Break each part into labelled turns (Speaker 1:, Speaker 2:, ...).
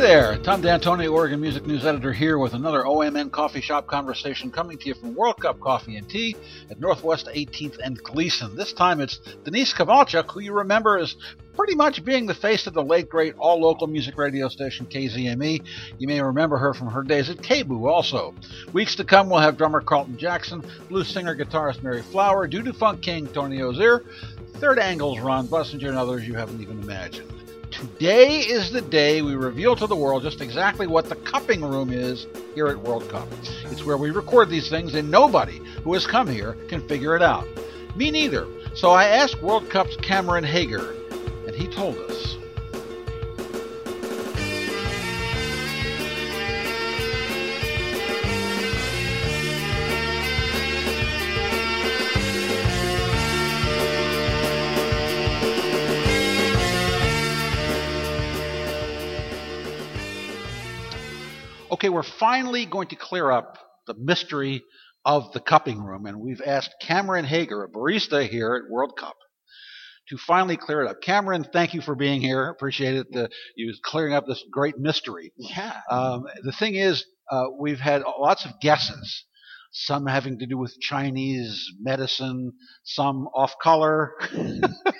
Speaker 1: there, Tom D'Antoni, Oregon Music News Editor, here with another OMN Coffee Shop conversation coming to you from World Cup Coffee and Tea at Northwest 18th and Gleason. This time it's Denise Kowalczyk, who you remember as pretty much being the face of the late great all local music radio station KZME. E. You may remember her from her days at KBOO also. Weeks to come, we'll have drummer Carlton Jackson, blues singer guitarist Mary Flower, doo funk king Tony Ozier, third angles Ron Bussinger, and others you haven't even imagined today is the day we reveal to the world just exactly what the cupping room is here at World Cup. It's where we record these things, and nobody who has come here can figure it out. Me neither. So I asked World Cup's Cameron Hager, and he told us. okay, we're finally going to clear up the mystery of the cupping room, and we've asked Cameron Hager, a barista here at World Cup, to finally clear it up. Cameron, thank you for being here. Appreciate it. The, you clearing up this great mystery.
Speaker 2: Yeah.
Speaker 1: Um, the thing is, uh, we've had lots of guesses. Some having to do with Chinese medicine, some off color.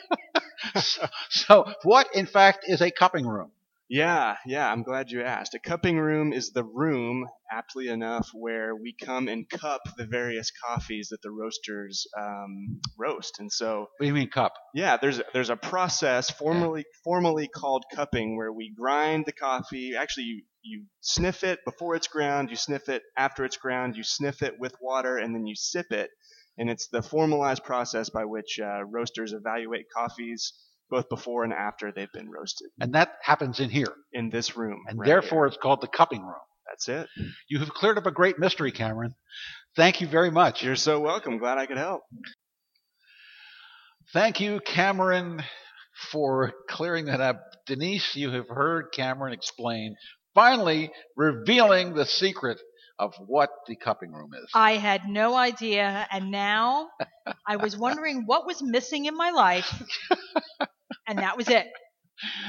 Speaker 1: so, so, what in fact is a cupping room?
Speaker 2: Yeah, yeah, I'm glad you asked. A cupping room is the room, aptly enough, where we come and cup the various coffees that the roasters um, roast. And so,
Speaker 1: What do you mean cup?
Speaker 2: yeah, there's there's a process formally formally called cupping where we grind the coffee. Actually, you you sniff it before it's ground, you sniff it after it's ground, you sniff it with water, and then you sip it. And it's the formalized process by which uh, roasters evaluate coffees both before and after they've been roasted
Speaker 1: And that happens in here.
Speaker 2: in this room.
Speaker 1: And
Speaker 2: right here.
Speaker 1: therefore, it's called the cupping room.
Speaker 2: that's it.
Speaker 1: You have cleared up a great mystery, Cameron. Thank you very much.
Speaker 2: You're so welcome. Glad I could help.
Speaker 1: Thank you, Cameron, for clearing that up. Denise, you have heard Cameron explain, finally revealing the secret of what the cupping room is.
Speaker 3: I had no idea, and now I was wondering what was missing in my life, and that was it.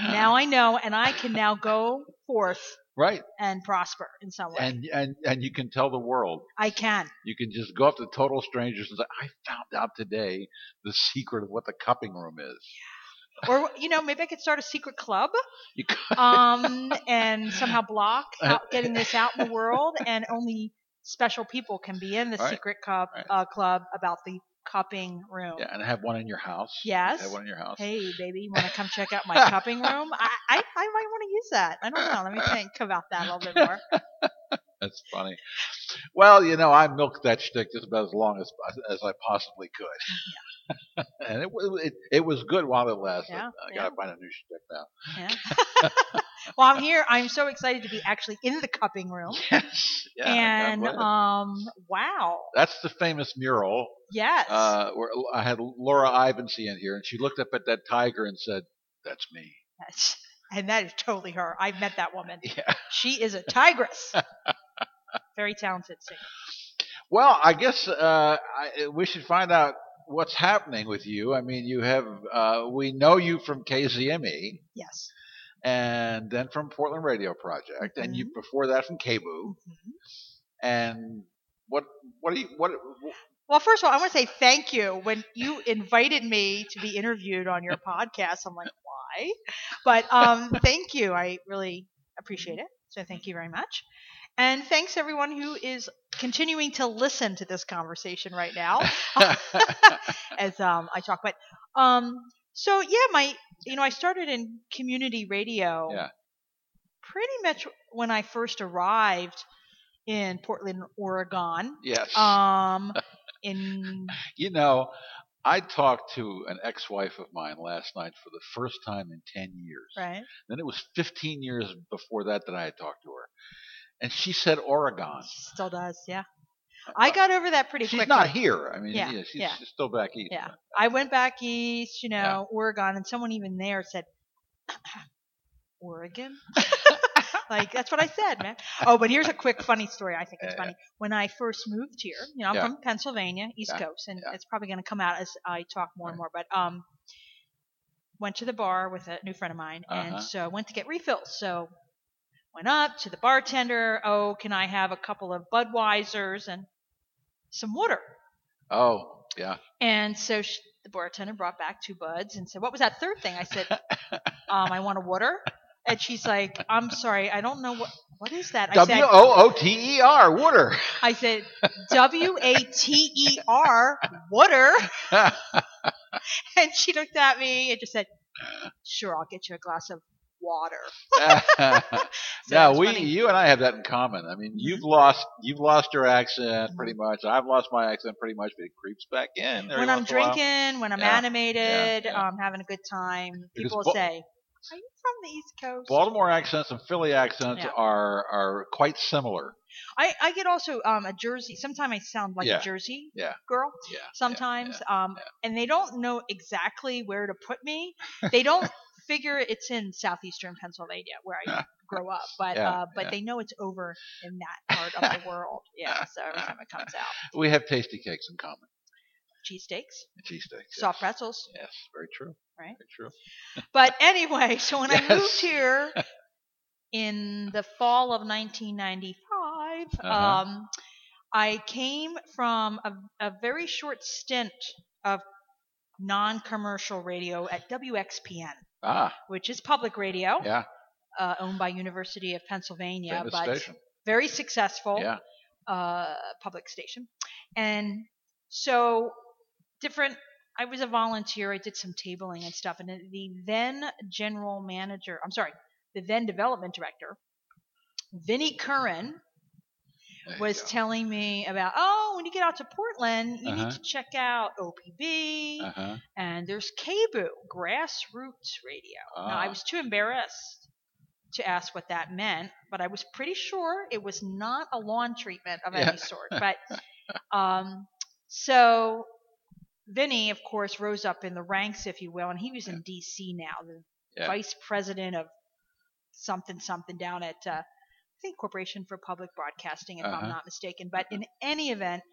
Speaker 3: Now I know, and I can now go forth
Speaker 1: right.
Speaker 3: and prosper in some way.
Speaker 1: And, and and you can tell the world.
Speaker 3: I can.
Speaker 1: You can just go up to total strangers and say, I found out today the secret of what the cupping room is.
Speaker 3: Or you know, maybe I could start a secret club,
Speaker 1: You c-
Speaker 3: um, and somehow block
Speaker 1: Uh,
Speaker 3: out getting this out in the world, and only special people can be in the
Speaker 1: Right.
Speaker 3: secret cup
Speaker 1: Right.
Speaker 3: uh, club about the cupping room.
Speaker 1: yeah, and have one in your house.
Speaker 3: Yes.
Speaker 1: Have one in your house.
Speaker 3: Hey, baby, you want to come check out my cupping room? I, I, I might want to use that. I don't know. Let me think about that a little bit more.
Speaker 1: That's funny. Well, you know, I milked that shtick just about as long as as I possibly could, and it, wa- it it was good while it lasted.
Speaker 3: Yeah,
Speaker 1: I gotta find a new shtick now.
Speaker 3: Yeah. well, I'm here. I'm so excited to be actually in the cupping room.
Speaker 1: Yes, yeah, God
Speaker 3: and
Speaker 1: bless it.
Speaker 3: um, wow,
Speaker 1: that's the famous mural
Speaker 3: yes,
Speaker 1: uh, where I had Laura Ivancy in here, and she looked up at that tiger and said, "That's me."
Speaker 3: Yes. and that is totally her. I've met that woman.
Speaker 1: Yeah.
Speaker 3: She is a tigress. Very talented singer.
Speaker 1: Well, I guess uh, I, we should find out what's happening with you. I mean, you have uh, we know you from KZME.
Speaker 3: Yes.
Speaker 1: and then from Portland Radio Project, and you
Speaker 3: Mm-hmm.
Speaker 1: before that from KBOO.
Speaker 3: Mhm.
Speaker 1: And what what do you what?
Speaker 3: Well, first of all, I want to say thank you. When you invited me to be interviewed on your podcast, I'm like, why? But um, thank you. I really appreciate it. So thank you very much. And thanks everyone who is continuing to listen to this conversation right now as um, I talk. But um, so yeah, my you know I started in community radio.
Speaker 1: Yeah.
Speaker 3: Pretty much when I first arrived in Portland, Oregon.
Speaker 1: yes,
Speaker 3: Um, in
Speaker 1: you know, I talked to an ex-wife of mine last night for the first time in ten years.
Speaker 3: right.
Speaker 1: Then it was 15 years before that that I had talked to her, and she said Oregon.
Speaker 3: She still does, yeah. I got over that pretty
Speaker 1: She's
Speaker 3: quickly.
Speaker 1: not here. I mean, yeah,
Speaker 3: Yeah,
Speaker 1: she's,
Speaker 3: yeah.
Speaker 1: she's still back east.
Speaker 3: Yeah. I went back east, you know,
Speaker 1: Yeah.
Speaker 3: Oregon, and someone even there said, Oregon? like, that's what I said, man. Oh, but here's a quick funny story. I think it's
Speaker 1: Yeah,
Speaker 3: funny. When I first moved here, you know, I'm
Speaker 1: Yeah.
Speaker 3: from Pennsylvania, East
Speaker 1: Yeah,
Speaker 3: Coast, and
Speaker 1: yeah.
Speaker 3: it's probably going to come out as I talk more and more, but, um, went to the bar with a new friend of mine,
Speaker 1: Uh-huh.
Speaker 3: and so I went to get refills. So Went up to the bartender. Oh, can I have a couple of Budweisers and some water?
Speaker 1: Oh, yeah.
Speaker 3: And so sh the bartender brought back two buds and said, "What was that third thing?" I said, um, "I want a water." And she's like, "I'm sorry, I don't know what what is that." I
Speaker 1: W
Speaker 3: said,
Speaker 1: O O T E R, water.
Speaker 3: "I said W A T E R water," and she looked at me and just said, "Sure, I'll get you a glass of water." So
Speaker 1: yeah,
Speaker 3: it's
Speaker 1: we,
Speaker 3: funny.
Speaker 1: you and I have that in common. I mean, you've lost, you've lost your accent
Speaker 3: Mhm.
Speaker 1: pretty much. I've lost my accent pretty much, but it creeps back in. every
Speaker 3: when I'm
Speaker 1: once in a while.
Speaker 3: drinking, when I'm
Speaker 1: Yeah,
Speaker 3: animated,
Speaker 1: yeah.
Speaker 3: I'm having a good time.
Speaker 1: Because
Speaker 3: People
Speaker 1: Ba-
Speaker 3: say, "Are you from the East Coast?"
Speaker 1: Baltimore accents and Philly accents
Speaker 3: Yeah.
Speaker 1: are are quite similar.
Speaker 3: I, I get also um, a Jersey. Sometimes I sound like
Speaker 1: Yeah.
Speaker 3: a Jersey
Speaker 1: Yeah.
Speaker 3: girl.
Speaker 1: Yeah.
Speaker 3: Sometimes, um, and they don't know exactly where to put me. They don't figure it's in southeastern Pennsylvania where I grow up, but
Speaker 1: Yeah,
Speaker 3: uh, but
Speaker 1: yeah.
Speaker 3: they know it's over in that part of the world. Yeah. So every time it comes out,
Speaker 1: We have tasty cakes in common.
Speaker 3: cheesesteaks,
Speaker 1: Cheesesteaks. yes.
Speaker 3: soft pretzels.
Speaker 1: Yes, very true.
Speaker 3: Right?
Speaker 1: Very true.
Speaker 3: But anyway, so when I moved
Speaker 1: Yes.
Speaker 3: here in the fall of 1995,
Speaker 1: Uh-huh.
Speaker 3: um, I came from a, a very short stint of non commercial radio at WXPN,
Speaker 1: Ah,
Speaker 3: which is public radio
Speaker 1: yeah.
Speaker 3: uh, owned by University of Pennsylvania,
Speaker 1: famous
Speaker 3: but
Speaker 1: station.
Speaker 3: very successful
Speaker 1: Yeah.
Speaker 3: uh, public station. And so different. I was a volunteer. I did some tabling and stuff. And the then general manager, I'm sorry, the then development director, Vinnie Curran,
Speaker 1: There you
Speaker 3: was
Speaker 1: go.
Speaker 3: telling me about, oh, when you get out to Portland, you
Speaker 1: Uh-huh.
Speaker 3: need to check out OPB
Speaker 1: Uh-huh.
Speaker 3: and there's KBOO, Grassroots Radio. Now, I
Speaker 1: Ah.
Speaker 3: was too embarrassed to ask what that meant, but I was pretty sure it was not a lawn treatment of
Speaker 1: Yeah.
Speaker 3: any sort. But um, so Vinny, of course, rose up in the ranks, if you will, and he was in D.C. now, the
Speaker 1: Yeah.
Speaker 3: vice president of something something down at uh, I think Corporation for Public Broadcasting, if
Speaker 1: Uh-huh.
Speaker 3: I'm not mistaken. But in any event,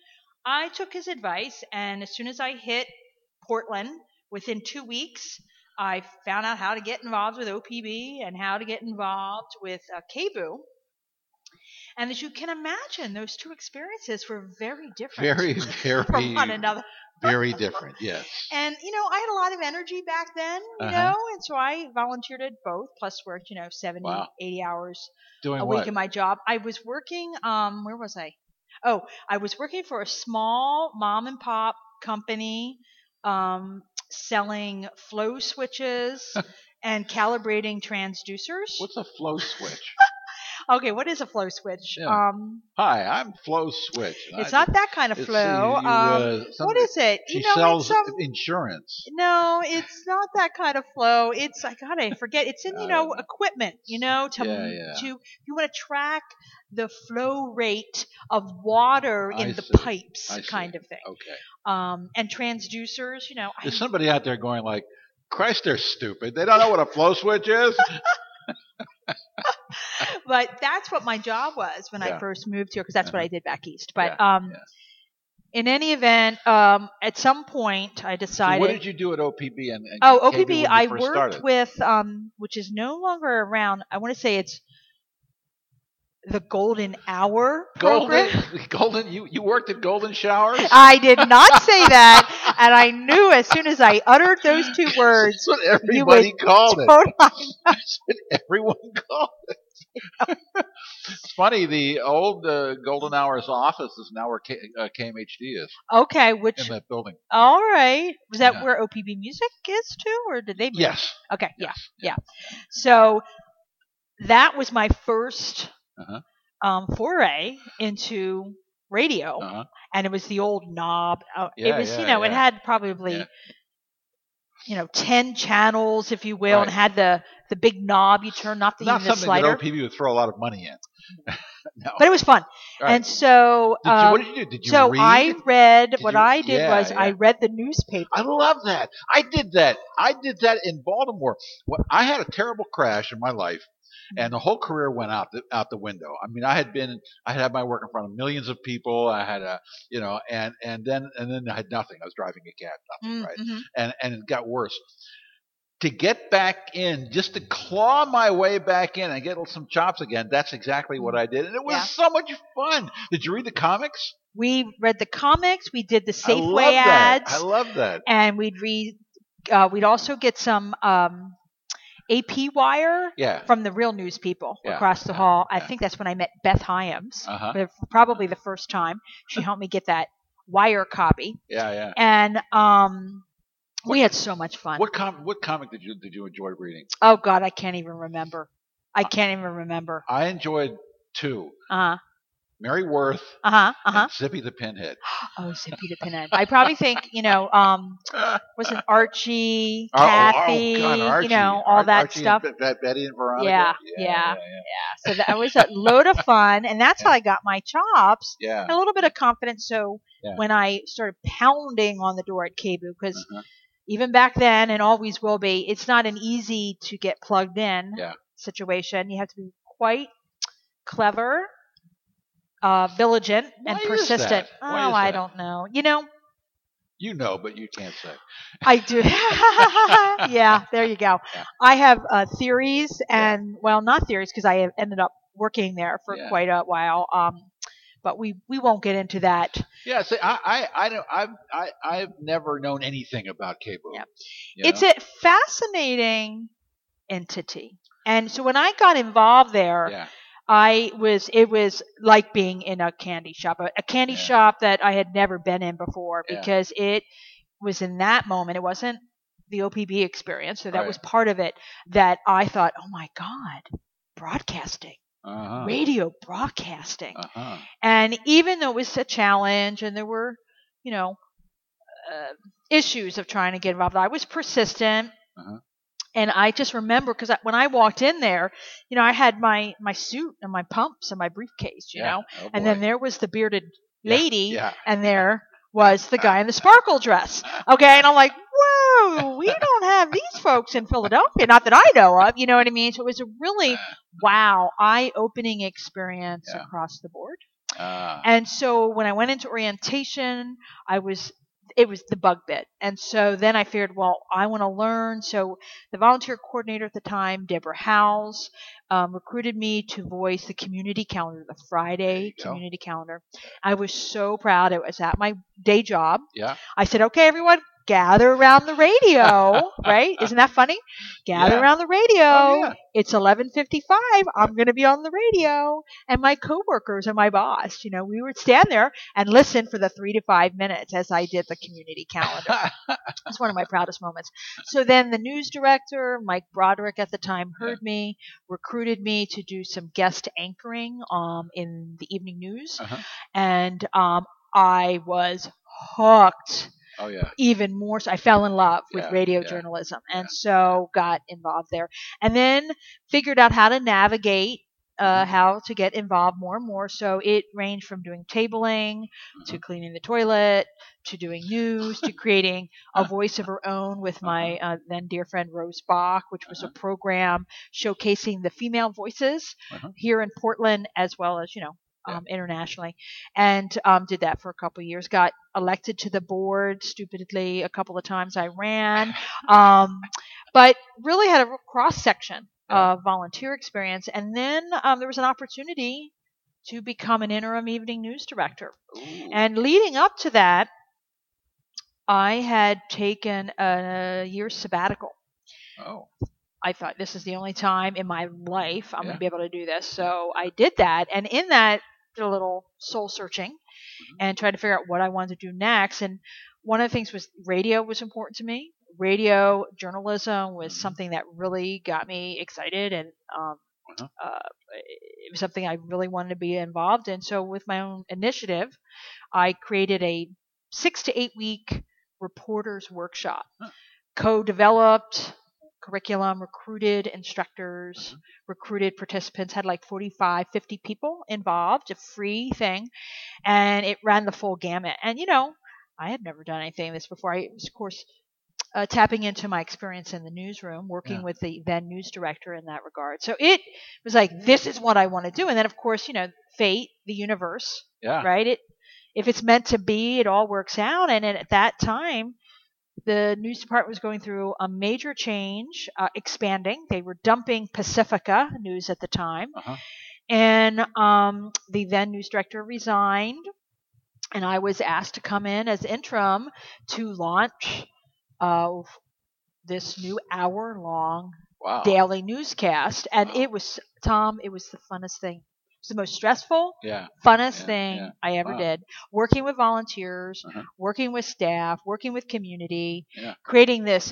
Speaker 3: I took his advice, and as soon as I hit Portland, within two weeks, I found out how to get involved with OPB and how to get involved with uh, KBOO. And as you can imagine, those two experiences were very different
Speaker 1: Ah, Very,
Speaker 3: from one
Speaker 1: very,
Speaker 3: another.
Speaker 1: very different. Yes.
Speaker 3: And you know, I had a lot of energy back then, you
Speaker 1: Uh-huh.
Speaker 3: know, and so I volunteered at both, plus worked, you know, 70,
Speaker 1: Wow.
Speaker 3: 80 hours
Speaker 1: Doing
Speaker 3: a
Speaker 1: what?
Speaker 3: week in my job. I was working, um, where was I? Oh, I was working for a small mom and pop company, um, selling flow switches and calibrating transducers.
Speaker 1: What's a flow switch?
Speaker 3: okay, what is a flow switch?
Speaker 1: Yeah.
Speaker 3: Um,
Speaker 1: Hi, I'm Flow Switch. and
Speaker 3: it's
Speaker 1: I
Speaker 3: not that kind of
Speaker 1: it's,
Speaker 3: flow.
Speaker 1: uh, you, uh,
Speaker 3: um, what
Speaker 1: somebody-
Speaker 3: is it?
Speaker 1: She
Speaker 3: you know,
Speaker 1: sells
Speaker 3: it's um,
Speaker 1: insurance.
Speaker 3: No, it's not that kind of flow. It's I gotta I forget. It's in you
Speaker 1: I
Speaker 3: know
Speaker 1: don't know.
Speaker 3: equipment. You know to
Speaker 1: Yeah, yeah.
Speaker 3: to if you want to track the flow rate of water in
Speaker 1: I
Speaker 3: the
Speaker 1: see.
Speaker 3: pipes,
Speaker 1: I see. Oh.
Speaker 3: kind of thing.
Speaker 1: Okay.
Speaker 3: Um, and transducers. You know, I,
Speaker 1: There's somebody out there going like, Christ, they're stupid. They don't know what a flow switch is.
Speaker 3: but that's what my job was when I
Speaker 1: Yeah.
Speaker 3: first moved here because that's what
Speaker 1: Uh-huh.
Speaker 3: I did back east. But um,
Speaker 1: yeah.
Speaker 3: in any event, um, at some point I
Speaker 1: So
Speaker 3: decided.
Speaker 1: what did you do at OPB? And, and
Speaker 3: Oh,
Speaker 1: KB when
Speaker 3: OPB,
Speaker 1: you
Speaker 3: I
Speaker 1: first
Speaker 3: worked
Speaker 1: started?
Speaker 3: with, um, which is no longer around. I want to say it's the Golden Hour program.
Speaker 1: Golden, Golden, you, you worked at Golden Showers?
Speaker 3: I did not say that, and I knew as soon as I uttered those two words.
Speaker 1: That's what everybody called it.
Speaker 3: Hold on.
Speaker 1: That's what everyone called it. it's funny, the old uh, Golden Hours office is now where K, uh, KMHD is
Speaker 3: Okay, which
Speaker 1: in that building.
Speaker 3: all right. Was that
Speaker 1: Yeah.
Speaker 3: where OPB music is too, or did they? move?
Speaker 1: Yes.
Speaker 3: Okay. Yeah.
Speaker 1: Yes,
Speaker 3: So that was my 1st
Speaker 1: Uh-huh.
Speaker 3: um, foray into radio.
Speaker 1: Uh-huh.
Speaker 3: and it was the old knob. Uh,
Speaker 1: Yeah,
Speaker 3: it was, you
Speaker 1: yeah,
Speaker 3: know, it
Speaker 1: yeah.
Speaker 3: had probably,
Speaker 1: Yeah.
Speaker 3: you know, ten channels, if you will, and
Speaker 1: Right.
Speaker 3: had the the big knob you turn, not the,
Speaker 1: Not
Speaker 3: the
Speaker 1: something
Speaker 3: slider.
Speaker 1: that OPB would throw a lot of money in. no.
Speaker 3: But it was fun,
Speaker 1: All right.
Speaker 3: and so.
Speaker 1: Did you,
Speaker 3: um,
Speaker 1: what did you do? Did you
Speaker 3: so
Speaker 1: read?
Speaker 3: I read what
Speaker 1: you-
Speaker 3: I did
Speaker 1: yeah,
Speaker 3: was I
Speaker 1: yeah.
Speaker 3: read the newspaper.
Speaker 1: I love that. I did that. I did that in Baltimore. When- I had a terrible crash in my life, and the whole career went out the, out the window. I mean, I had been, I had had my work in front of millions of people. I had a, you know, and and then and then I had nothing. I was driving a cab,
Speaker 3: Mm,
Speaker 1: right.
Speaker 3: mhm.
Speaker 1: and and it got worse. to get back in, just to claw my way back in and get some chops again. That's exactly what I did, and it was
Speaker 3: Yeah.
Speaker 1: so much fun. Did you read the comics?
Speaker 3: We read the comics. We did the
Speaker 1: I love
Speaker 3: Safeway
Speaker 1: that.
Speaker 3: ads.
Speaker 1: I love that.
Speaker 3: and we'd read. Uh, we'd also get some um, AP wire
Speaker 1: Yeah.
Speaker 3: from the real news people
Speaker 1: Yeah,
Speaker 3: across the
Speaker 1: yeah,
Speaker 3: hall. I
Speaker 1: yeah.
Speaker 3: think that's when I met Beth Hyams,
Speaker 1: Uh huh.
Speaker 3: but probably the first time she helped me get that wire copy,
Speaker 1: Yeah, yeah.
Speaker 3: and um, we had so much fun.
Speaker 1: What com- what comic did you did you enjoy reading?
Speaker 3: Oh God, I can't even remember. I
Speaker 1: Uh.
Speaker 3: can't even remember.
Speaker 1: I enjoyed two:
Speaker 3: Uh huh.
Speaker 1: Mary Worth
Speaker 3: Uh huh. Uh huh.
Speaker 1: and Zippy the Pinhead.
Speaker 3: Oh, Zippy the Pinhead. I probably think you know. Um, wasn't Archie,
Speaker 1: Oh, oh,
Speaker 3: Kathy,
Speaker 1: God, Archie.
Speaker 3: you know, all
Speaker 1: Ar-
Speaker 3: that
Speaker 1: Archie and
Speaker 3: stuff.
Speaker 1: Bet- Bet- Betty and Veronica.
Speaker 3: Yeah, yeah. So that was a load of fun, and that's how I got my chops
Speaker 1: yeah, yeah.
Speaker 3: and a little bit of confidence. So
Speaker 1: Yeah.
Speaker 3: when I started pounding on the door at Kabu, because
Speaker 1: Uh-huh.
Speaker 3: even back then and always will be, it's not an easy to get plugged in
Speaker 1: Yeah.
Speaker 3: situation. You have to be quite clever, uh, vigilant, and
Speaker 1: Why is that?
Speaker 3: persistent.
Speaker 1: Why
Speaker 3: oh,
Speaker 1: is
Speaker 3: I
Speaker 1: that?
Speaker 3: don't know. You know,
Speaker 1: You know, but you can't say.
Speaker 3: I do. yeah, there you go.
Speaker 1: Yeah.
Speaker 3: I have uh, theories
Speaker 1: Yeah.
Speaker 3: and well, not theories because I ended up working there for
Speaker 1: Yeah.
Speaker 3: quite a while. Um, but we we won't get into that.
Speaker 1: Yeah, see, I, I, I don't, I've, I, I've never known anything about cable.
Speaker 3: Yeah. It's a fascinating entity. And so when I got involved there,
Speaker 1: yeah,
Speaker 3: I was it was like being in a candy shop, a, a candy
Speaker 1: Yeah.
Speaker 3: shop that I had never been in before
Speaker 1: Yeah.
Speaker 3: because it was in that moment. It wasn't the OPB experience, so that
Speaker 1: Right.
Speaker 3: was part of it that I thought, "Oh my god, broadcasting,
Speaker 1: uh-huh,
Speaker 3: radio broadcasting."
Speaker 1: uh-huh.
Speaker 3: And even though it was a challenge and there were, you know, uh, issues of trying to get involved, I was persistent.
Speaker 1: Uh-huh.
Speaker 3: And I just remember because when I walked in there, you know, I had my, my suit and my pumps and my briefcase, you
Speaker 1: yeah.
Speaker 3: know,
Speaker 1: oh
Speaker 3: and then
Speaker 1: boy.
Speaker 3: there was the bearded
Speaker 1: Yeah,
Speaker 3: lady,
Speaker 1: yeah,
Speaker 3: and there was the guy in the sparkle dress. Okay, and I'm like, whoa, we don't have these folks in Philadelphia, not that I know of. You know what I mean? So it was a really wow, eye opening experience
Speaker 1: Yeah.
Speaker 3: across the board.
Speaker 1: uh,
Speaker 3: And so when I went into orientation, I was it was the bug bit. And so then I figured, well, I want to learn. So the volunteer coordinator at the time, Deborah Howells, um, recruited me to voice the community calendar, the Friday
Speaker 1: go.
Speaker 3: community calendar. I was so proud. It was at my day job.
Speaker 1: yeah,
Speaker 3: I said, okay, everyone, gather around the radio, right? Isn't that funny? Gather
Speaker 1: Yeah.
Speaker 3: around the radio.
Speaker 1: Oh, yeah.
Speaker 3: It's 11:55. I'm going to be on the radio, and my coworkers and my boss, you know, we would stand there and listen for the 3 to 5 minutes as I did the community calendar. It's one of my proudest moments. So then the news director, Mike Broderick at the time, heard me, recruited me to do some guest anchoring um, in the evening news.
Speaker 1: Uh-huh.
Speaker 3: And um, I was hooked
Speaker 1: oh yeah,
Speaker 3: even more so i fell in love with
Speaker 1: Yeah,
Speaker 3: radio
Speaker 1: yeah,
Speaker 3: journalism and so got involved there and then figured out how to navigate uh,
Speaker 1: Mm-hmm.
Speaker 3: how to get involved more and more so it ranged from doing tabling
Speaker 1: Mm-hmm.
Speaker 3: to cleaning the toilet to doing news to creating a voice of her own with my
Speaker 1: Uh-huh.
Speaker 3: uh, then dear friend rose bach which was a program showcasing the female voices
Speaker 1: Uh-huh.
Speaker 3: here in portland as well as you know
Speaker 1: Yeah.
Speaker 3: um, internationally and um, did that for a couple of years got elected to the board stupidly a couple of times I ran, um, but really had a cross section
Speaker 1: Yeah.
Speaker 3: of volunteer experience. And then um, there was an opportunity to become an interim evening news director.
Speaker 1: Ooh,
Speaker 3: And leading up to that, I had taken a year sabbatical.
Speaker 1: oh,
Speaker 3: I thought this is the only time in my life I'm going
Speaker 1: Yeah.
Speaker 3: to be able to do this. So I did that. And in that, did a little soul searching
Speaker 1: Mm-hmm.
Speaker 3: and tried to figure out what I wanted to do next. And one of the things was radio was important to me. Radio journalism was
Speaker 1: Mhm.
Speaker 3: something that really got me excited and um,
Speaker 1: Uh-huh.
Speaker 3: uh, it was something I really wanted to be involved in. So with my own initiative, I created a six to eight week reporters workshop,
Speaker 1: Huh.
Speaker 3: co-developed curriculum, recruited instructors, recruited participants, had like 45, 50 people involved, a free thing, and it ran the full gamut. And you know, I had never done anything like this before. I was, of course, uh, tapping into my experience in the newsroom, working
Speaker 1: Yeah.
Speaker 3: with the then news director in that regard. So it was like, this is what I want to do. And then, of course, you know, fate, the universe,
Speaker 1: yeah,
Speaker 3: right? It if it's meant to be, it all works out. And at that time, the news department was going through a major change, uh, expanding. They were dumping Pacifica News at the time,
Speaker 1: Uh-huh.
Speaker 3: and um, the then news director resigned, and I was asked to come in as interim to launch uh, this new hour-long
Speaker 1: Wow.
Speaker 3: daily newscast, and
Speaker 1: Wow.
Speaker 3: it was Tom. It was the funnest thing. It was the most stressful,
Speaker 1: Yeah.
Speaker 3: funnest
Speaker 1: Yeah,
Speaker 3: thing
Speaker 1: yeah.
Speaker 3: I ever
Speaker 1: Wow.
Speaker 3: did. Working with volunteers,
Speaker 1: Uh-huh.
Speaker 3: working with staff, working with community,
Speaker 1: Yeah.
Speaker 3: creating this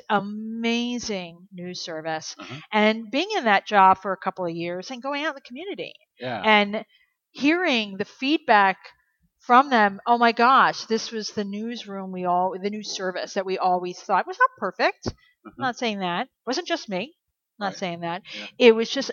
Speaker 3: amazing news service,
Speaker 1: Uh-huh.
Speaker 3: and being in that job for a couple of years and going out in the community
Speaker 1: Yeah.
Speaker 3: and hearing the feedback from them. Oh my gosh, this was the newsroom we all, the news service that we always thought was not perfect. I'm not saying that. It wasn't just me. I'm not
Speaker 1: Mm-hmm. Right.
Speaker 3: saying that.
Speaker 1: Yeah.
Speaker 3: It was just,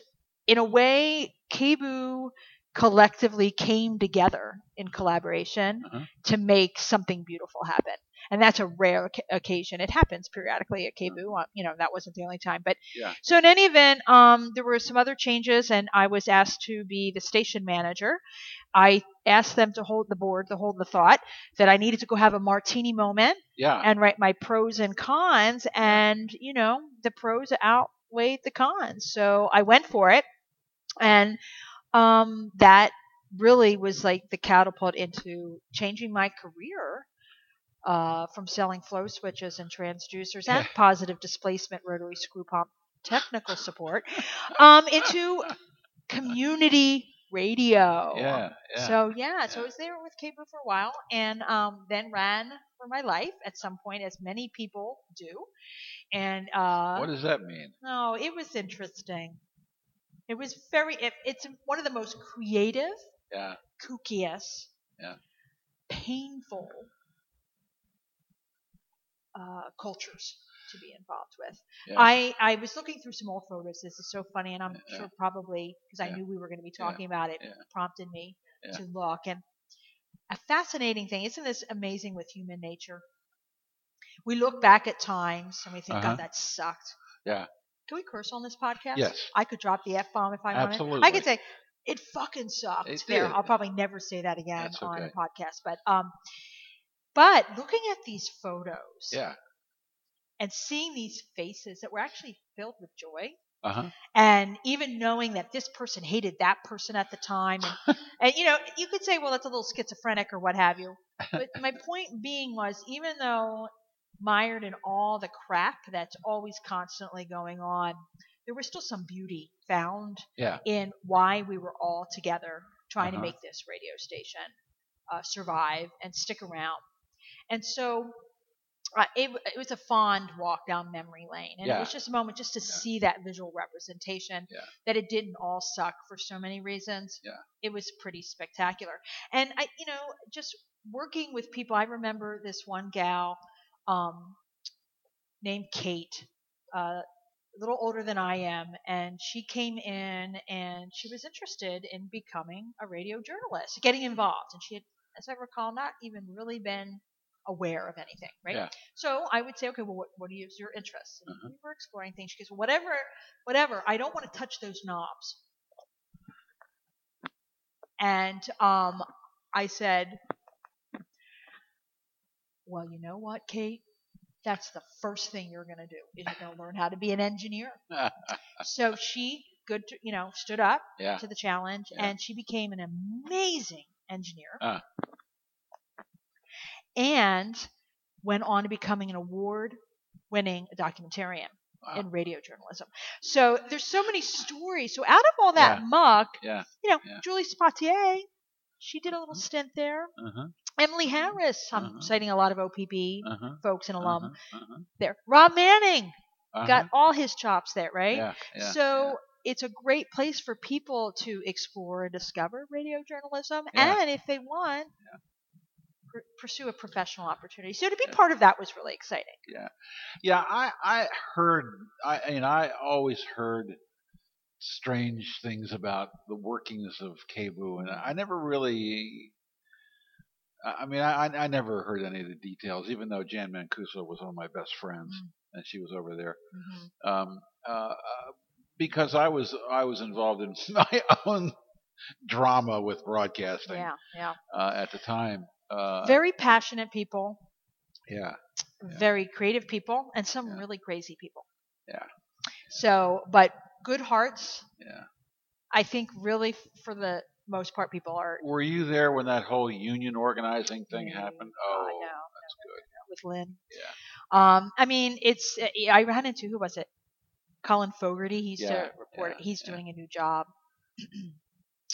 Speaker 3: in a way, KBU collectively came together in collaboration
Speaker 1: Uh-huh.
Speaker 3: to make something beautiful happen. And that's a rare oc- occasion. It happens periodically at
Speaker 1: Mm-hmm.
Speaker 3: KBU. uh, You know, that wasn't the only time. But
Speaker 1: Yeah.
Speaker 3: so in any event, um, there were some other changes, and I was asked to be the station manager. I asked them to hold the board, to hold the thought that I needed to go have a martini moment
Speaker 1: yeah.
Speaker 3: and write my pros and cons and you know the pros outweighed the cons so i went for it and um, that really was like the catapult into changing my career uh, from selling flow switches and transducers and positive displacement rotary screw pump technical support um, into community radio
Speaker 1: Yeah. Yeah.
Speaker 3: so yeah, so
Speaker 1: Yeah.
Speaker 3: I was there with Cable for a while, and um, then ran for my life at some point, as many people do. And uh,
Speaker 1: what does that mean?
Speaker 3: no, it was interesting. It was very. It, it's one of the most creative,
Speaker 1: Yeah.
Speaker 3: kookiest,
Speaker 1: Yeah.
Speaker 3: painful uh, cultures to be involved with.
Speaker 1: Yeah.
Speaker 3: I, I was looking through some old photos. This is so funny, and I'm
Speaker 1: Yeah.
Speaker 3: sure probably because
Speaker 1: Yeah.
Speaker 3: I knew we were going to be
Speaker 1: Yeah.
Speaker 3: talking about it,
Speaker 1: Yeah.
Speaker 3: prompted me
Speaker 1: Yeah.
Speaker 3: to look. And a fascinating thing, isn't this amazing with human nature? We look back at times and we think,
Speaker 1: Uh-huh.
Speaker 3: God, that sucked.
Speaker 1: Yeah.
Speaker 3: Can we curse on this podcast?
Speaker 1: Yes.
Speaker 3: I could drop the f bomb if I wanted.
Speaker 1: Absolutely.
Speaker 3: I could say it fucking sucked.
Speaker 1: It
Speaker 3: There,
Speaker 1: did.
Speaker 3: I'll probably never say that again
Speaker 1: That's
Speaker 3: on a
Speaker 1: okay.
Speaker 3: podcast. But um, but looking at these photos,
Speaker 1: Yeah.
Speaker 3: and seeing these faces that were actually filled with joy
Speaker 1: Uh huh.
Speaker 3: and even knowing that this person hated that person at the time and, and you know you could say well that's a little schizophrenic or what have you but my point being was even though mired in all the crap that's always constantly going on there was still some beauty found
Speaker 1: Yeah.
Speaker 3: in why we were all together trying
Speaker 1: Uh-huh.
Speaker 3: to make this radio station uh, survive and stick around and so uh, it, w- it was a fond walk down memory lane and
Speaker 1: Yeah.
Speaker 3: it was just a moment just to see that visual representation
Speaker 1: Yeah.
Speaker 3: that it didn't all suck for so many reasons
Speaker 1: Yeah.
Speaker 3: it was pretty spectacular and i you know just working with people i remember this one gal um, named kate uh, a little older than i am and she came in and she was interested in becoming a radio journalist getting involved and she had as i recall not even really been aware of anything right
Speaker 1: Yeah.
Speaker 3: so i would say okay well what, what are you- is your interest and
Speaker 1: Uh-huh.
Speaker 3: we were exploring things she goes well, whatever whatever. I don't want to touch those knobs. And um, I said, Well, you know what, Kate? That's the first thing you're going to do is you're going to learn how to be an engineer. so she, good, to, you know, stood up
Speaker 1: Yeah.
Speaker 3: to the challenge
Speaker 1: Yeah.
Speaker 3: and she became an amazing engineer
Speaker 1: Ah.
Speaker 3: and went on to becoming an award winning documentarian
Speaker 1: Wow.
Speaker 3: in radio journalism. So there's so many stories. So out of all that muck,
Speaker 1: Yeah.
Speaker 3: you know,
Speaker 1: Yeah.
Speaker 3: Julie Spatier, she did a little stint there.
Speaker 1: Uh huh.
Speaker 3: Emily Harris, I'm
Speaker 1: Uh-huh.
Speaker 3: citing a lot of OPP
Speaker 1: Uh Uh-huh. huh.
Speaker 3: folks and alum
Speaker 1: Uh huh.
Speaker 3: there. Rob Manning got all his chops there, right?
Speaker 1: Yeah. yeah,
Speaker 3: so it's a great place for people to explore and discover radio journalism,
Speaker 1: Yeah.
Speaker 3: and if they want, pr- pursue a professional opportunity. So to be
Speaker 1: Yeah.
Speaker 3: part of that was really exciting.
Speaker 1: Yeah, I I heard I I mean I always heard strange things about the workings of Kabu, and I never really. I I mean, I I I never heard any of the details, even though Jan Mancuso was one of my best friends,
Speaker 3: Mm.
Speaker 1: and she was over there um, uh, uh, because I was I was involved in my own drama with broadcasting
Speaker 3: Yeah, yeah.
Speaker 1: uh, at the time. Uh,
Speaker 3: Very passionate people.
Speaker 1: yeah, Yeah.
Speaker 3: very creative people and some
Speaker 1: Yeah.
Speaker 3: really crazy people.
Speaker 1: Yeah.
Speaker 3: So, but good hearts,
Speaker 1: Yeah.
Speaker 3: I think, really for the most part, people are.
Speaker 1: Were you there when that whole union organizing thing happened?
Speaker 3: Uh,
Speaker 1: Oh,
Speaker 3: no,
Speaker 1: that's good.
Speaker 3: with Lynn. Yeah. Um, I mean, it's uh, I ran into who was it? Colin Fogarty. He's
Speaker 1: Yeah,
Speaker 3: a reporter.
Speaker 1: yeah,
Speaker 3: he's
Speaker 1: yeah.
Speaker 3: doing a new job.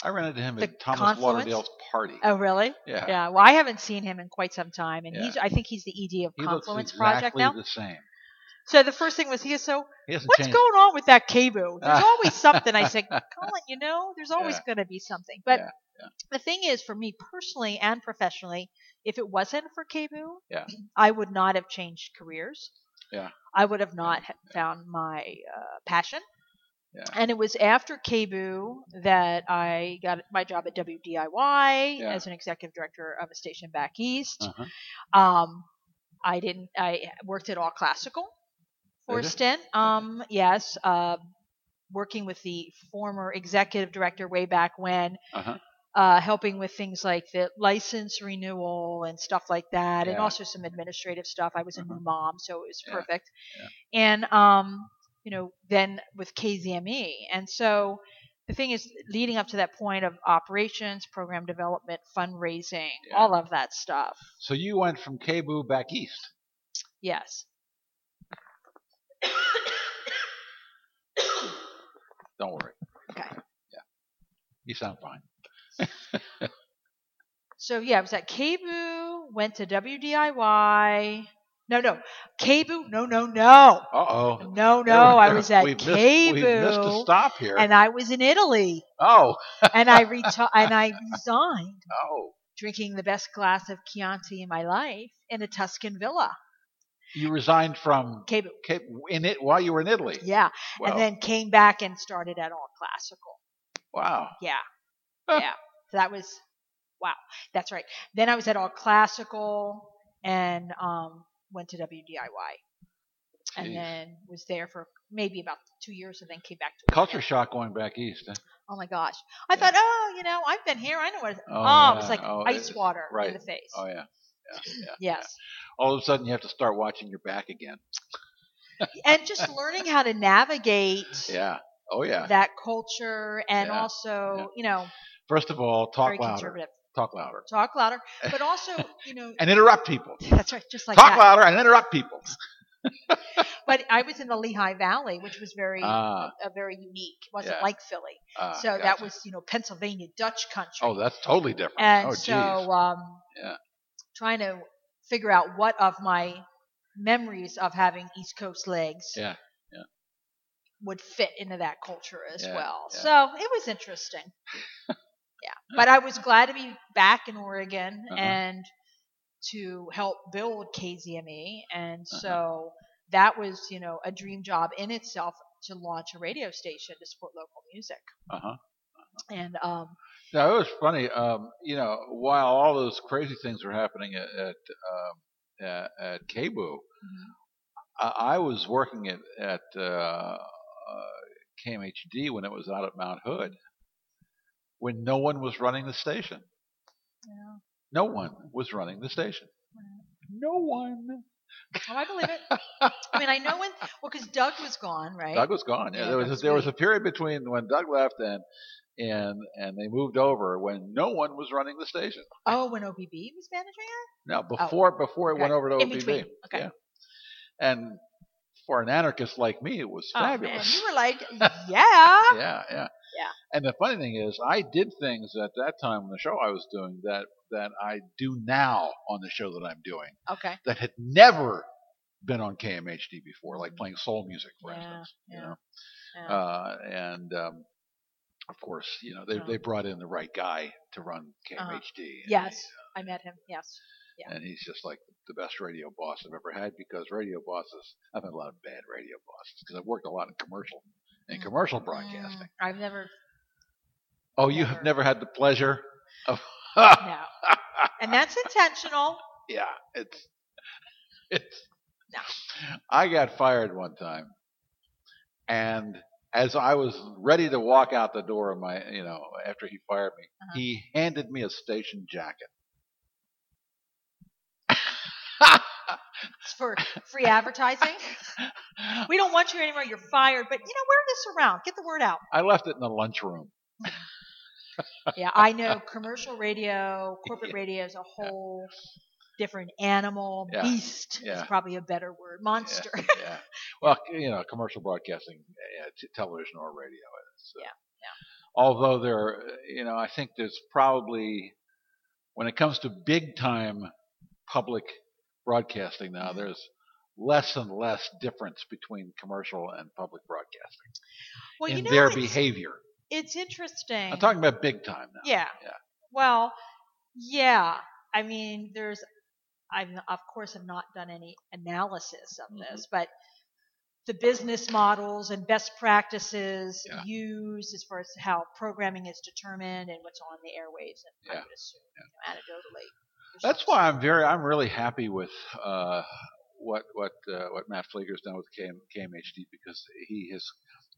Speaker 1: I ran into him
Speaker 3: The
Speaker 1: at Thomas
Speaker 3: confluence?
Speaker 1: Lauderdale's party.
Speaker 3: Oh, really?
Speaker 1: yeah.
Speaker 3: Yeah. Well, I haven't seen him in quite some time, and
Speaker 1: Yeah.
Speaker 3: he's I think he's the ED of
Speaker 1: He
Speaker 3: Confluence
Speaker 1: looks
Speaker 3: Project
Speaker 1: exactly
Speaker 3: now.
Speaker 1: the same.
Speaker 3: So the first thing was he is so
Speaker 1: He hasn't
Speaker 3: what's
Speaker 1: changed.
Speaker 3: going on with that Kabu? There's
Speaker 1: Ah.
Speaker 3: always something. I said, Colin, you know, there's always
Speaker 1: Yeah.
Speaker 3: going to be something. But
Speaker 1: Yeah, yeah.
Speaker 3: the thing is, for me personally and professionally, if it wasn't for Kabu,
Speaker 1: Yeah.
Speaker 3: I would not have changed careers.
Speaker 1: Yeah.
Speaker 3: I would have not ha- found my uh, passion.
Speaker 1: Yeah.
Speaker 3: And it was after Kabu that I got my job at WDIY
Speaker 1: Yeah.
Speaker 3: as an executive director of a station back east.
Speaker 1: Uh-huh.
Speaker 3: Um, I didn't. I worked at all classical for a
Speaker 1: Did ya?
Speaker 3: stint. Um, yes, uh, working with the former executive director way back when,
Speaker 1: Uh-huh.
Speaker 3: uh, helping with things like the license renewal and stuff like that, and
Speaker 1: Yeah.
Speaker 3: also some administrative stuff. I was a
Speaker 1: Uh-huh.
Speaker 3: new mom, so it was
Speaker 1: Yeah,
Speaker 3: perfect.
Speaker 1: yeah.
Speaker 3: And um, you know, then with KZME, E. and so. The thing is, leading up to that point of operations, program development, fundraising,
Speaker 1: Yeah.
Speaker 3: all of that stuff.
Speaker 1: So you went from Kabu back east.
Speaker 3: Yes.
Speaker 1: Don't worry.
Speaker 3: Okay.
Speaker 1: Yeah. You sound fine.
Speaker 3: So yeah, I was at KBOO, went to WDIY. No, no, KBOO. No, no, no,
Speaker 1: Uh oh.
Speaker 3: no, no. I was at
Speaker 1: we missed, we missed a
Speaker 3: KBOO,
Speaker 1: stop here.
Speaker 3: and I was in Italy,
Speaker 1: oh.
Speaker 3: and I reti- and I resigned,
Speaker 1: Oh.
Speaker 3: drinking the best glass of Chianti in my life in a Tuscan villa,
Speaker 1: You resigned from
Speaker 3: KBOO.
Speaker 1: Cape in it while you were in Italy.
Speaker 3: Yeah,
Speaker 1: Wow.
Speaker 3: and then came back and started at all classical.
Speaker 1: wow.
Speaker 3: Yeah.
Speaker 1: Huh.
Speaker 3: yeah. So that was wow. That's right. Then I was at all classical and um, went to WDIY.
Speaker 1: Jeez.
Speaker 3: And then was there for maybe about two years and then came back to
Speaker 1: Culture shock going back east. Huh?
Speaker 3: Oh my gosh. I
Speaker 1: Yeah.
Speaker 3: thought, oh, you know, I've been here. I know what it's.
Speaker 1: Oh,
Speaker 3: Oh, it was
Speaker 1: yeah.
Speaker 3: like
Speaker 1: Oh,
Speaker 3: ice
Speaker 1: it-
Speaker 3: water
Speaker 1: right.
Speaker 3: in the face.
Speaker 1: Oh yeah.
Speaker 3: Yes.
Speaker 1: All of a sudden you have to start watching your back again.
Speaker 3: and just learning how to navigate
Speaker 1: Yeah. Oh yeah.
Speaker 3: that culture and
Speaker 1: Yeah.
Speaker 3: also,
Speaker 1: Yeah.
Speaker 3: you know,
Speaker 1: First of all, talk
Speaker 3: very
Speaker 1: louder.
Speaker 3: conservative.
Speaker 1: Talk louder.
Speaker 3: Talk louder. But also, you know,
Speaker 1: And interrupt people.
Speaker 3: that's right. Just like
Speaker 1: talk
Speaker 3: that.
Speaker 1: louder and interrupt people.
Speaker 3: But I was in the Lehigh Valley, which was very
Speaker 1: Ah.
Speaker 3: uh, very unique. It wasn't
Speaker 1: Yeah.
Speaker 3: like Philly,
Speaker 1: ah,
Speaker 3: so that
Speaker 1: gotcha.
Speaker 3: was you know Pennsylvania Dutch country.
Speaker 1: Oh, that's totally different.
Speaker 3: and
Speaker 1: oh geez.
Speaker 3: so um,
Speaker 1: Yeah.
Speaker 3: trying to figure out what of my memories of having East Coast legs
Speaker 1: Yeah, yeah.
Speaker 3: would fit into that culture as
Speaker 1: Yeah,
Speaker 3: well.
Speaker 1: yeah.
Speaker 3: So it was interesting. yeah, but I was glad to be back in Oregon
Speaker 1: Uh-huh.
Speaker 3: and to help build KZME, E. and
Speaker 1: Uh-huh.
Speaker 3: so that was you know a dream job in itself to launch a radio station to support local music
Speaker 1: uh-huh.
Speaker 3: and um
Speaker 1: No, it was funny. Um, you know, while all those crazy things were happening at at, um, at, at Kabu, Mm-hmm. I, I was working at at uh, uh, KMHD when it was out at Mount Hood, when no one was running the station.
Speaker 3: you know,
Speaker 1: No one was running the station. No one.
Speaker 3: Oh, I believe it. I mean, I know when. Well, because Doug was gone, right?
Speaker 1: Doug was gone. Yeah,
Speaker 3: Yeah,
Speaker 1: there was
Speaker 3: that's
Speaker 1: a, there was a
Speaker 3: right.
Speaker 1: period between when Doug left and and and they moved over when no one was running the station.
Speaker 3: oh, when OBB was managing it.
Speaker 1: No, before before it went
Speaker 3: Oh, okay.
Speaker 1: over to
Speaker 3: In
Speaker 1: OBB.
Speaker 3: between. Okay.
Speaker 1: Yeah. And for an anarchist like me, it was
Speaker 3: Oh man,
Speaker 1: fabulous.
Speaker 3: you were like, yeah.
Speaker 1: yeah, yeah.
Speaker 3: Yeah.
Speaker 1: And the funny thing is, I did things at that time on the show I was doing that that I do now on the show that I'm doing
Speaker 3: Okay.
Speaker 1: that had never been on KMHD before, like playing soul music, for
Speaker 3: Yeah,
Speaker 1: instance. You
Speaker 3: yeah,
Speaker 1: know,
Speaker 3: yeah.
Speaker 1: uh, and um, of course, you know they
Speaker 3: Yeah. Uh-huh.
Speaker 1: they brought in the right guy to run KMHD. and
Speaker 3: yes, I met him. Yes. Yeah.
Speaker 1: and he's just like the best radio boss I've ever had because radio bosses, I've had a lot of bad radio bosses because I've worked a lot in commercial, in
Speaker 3: Mm.
Speaker 1: commercial broadcasting.
Speaker 3: Mm, I've never.
Speaker 1: Oh, you have
Speaker 3: Never.
Speaker 1: never had the pleasure of,
Speaker 3: No. And that's intentional.
Speaker 1: yeah, it's, it's,
Speaker 3: No.
Speaker 1: I got fired one time and as I was ready to walk out the door of my, you know, after he fired me,
Speaker 3: Uh-huh.
Speaker 1: he handed me a station jacket.
Speaker 3: It's for free advertising. We don't want you anymore. You're fired. But you know, wear this around. Get the word out.
Speaker 1: I left it in the lunchroom.
Speaker 3: Yeah, I know. Commercial radio, corporate radio is a whole different animal.
Speaker 1: Yeah.
Speaker 3: Beast
Speaker 1: Yeah.
Speaker 3: is probably a better word. Monster.
Speaker 1: Yeah. Well, you know, commercial broadcasting, yeah, t- television or radio. Is, uh,
Speaker 3: Yeah, yeah.
Speaker 1: Although there, are, you know, I think there's probably when it comes to big time public broadcasting now,
Speaker 3: Mhm.
Speaker 1: there's less and less difference between commercial and public broadcasting
Speaker 3: Well,
Speaker 1: in
Speaker 3: you know,
Speaker 1: their
Speaker 3: it's,
Speaker 1: behavior.
Speaker 3: it's interesting.
Speaker 1: I'm talking about big time now.
Speaker 3: Yeah.
Speaker 1: Yeah.
Speaker 3: Well, yeah. I mean, there's. I've of course have not done any analysis of
Speaker 1: Mhm.
Speaker 3: this, but the business models and best practices
Speaker 1: Yeah.
Speaker 3: used as far as how programming is determined and what's on the airwaves, and I
Speaker 1: Yeah.
Speaker 3: would assume you know, anecdotally. there's
Speaker 1: That's
Speaker 3: some-
Speaker 1: why I'm very, I'm really happy with uh, what what uh, what Matt Flieger's done with KM, KMHD because he has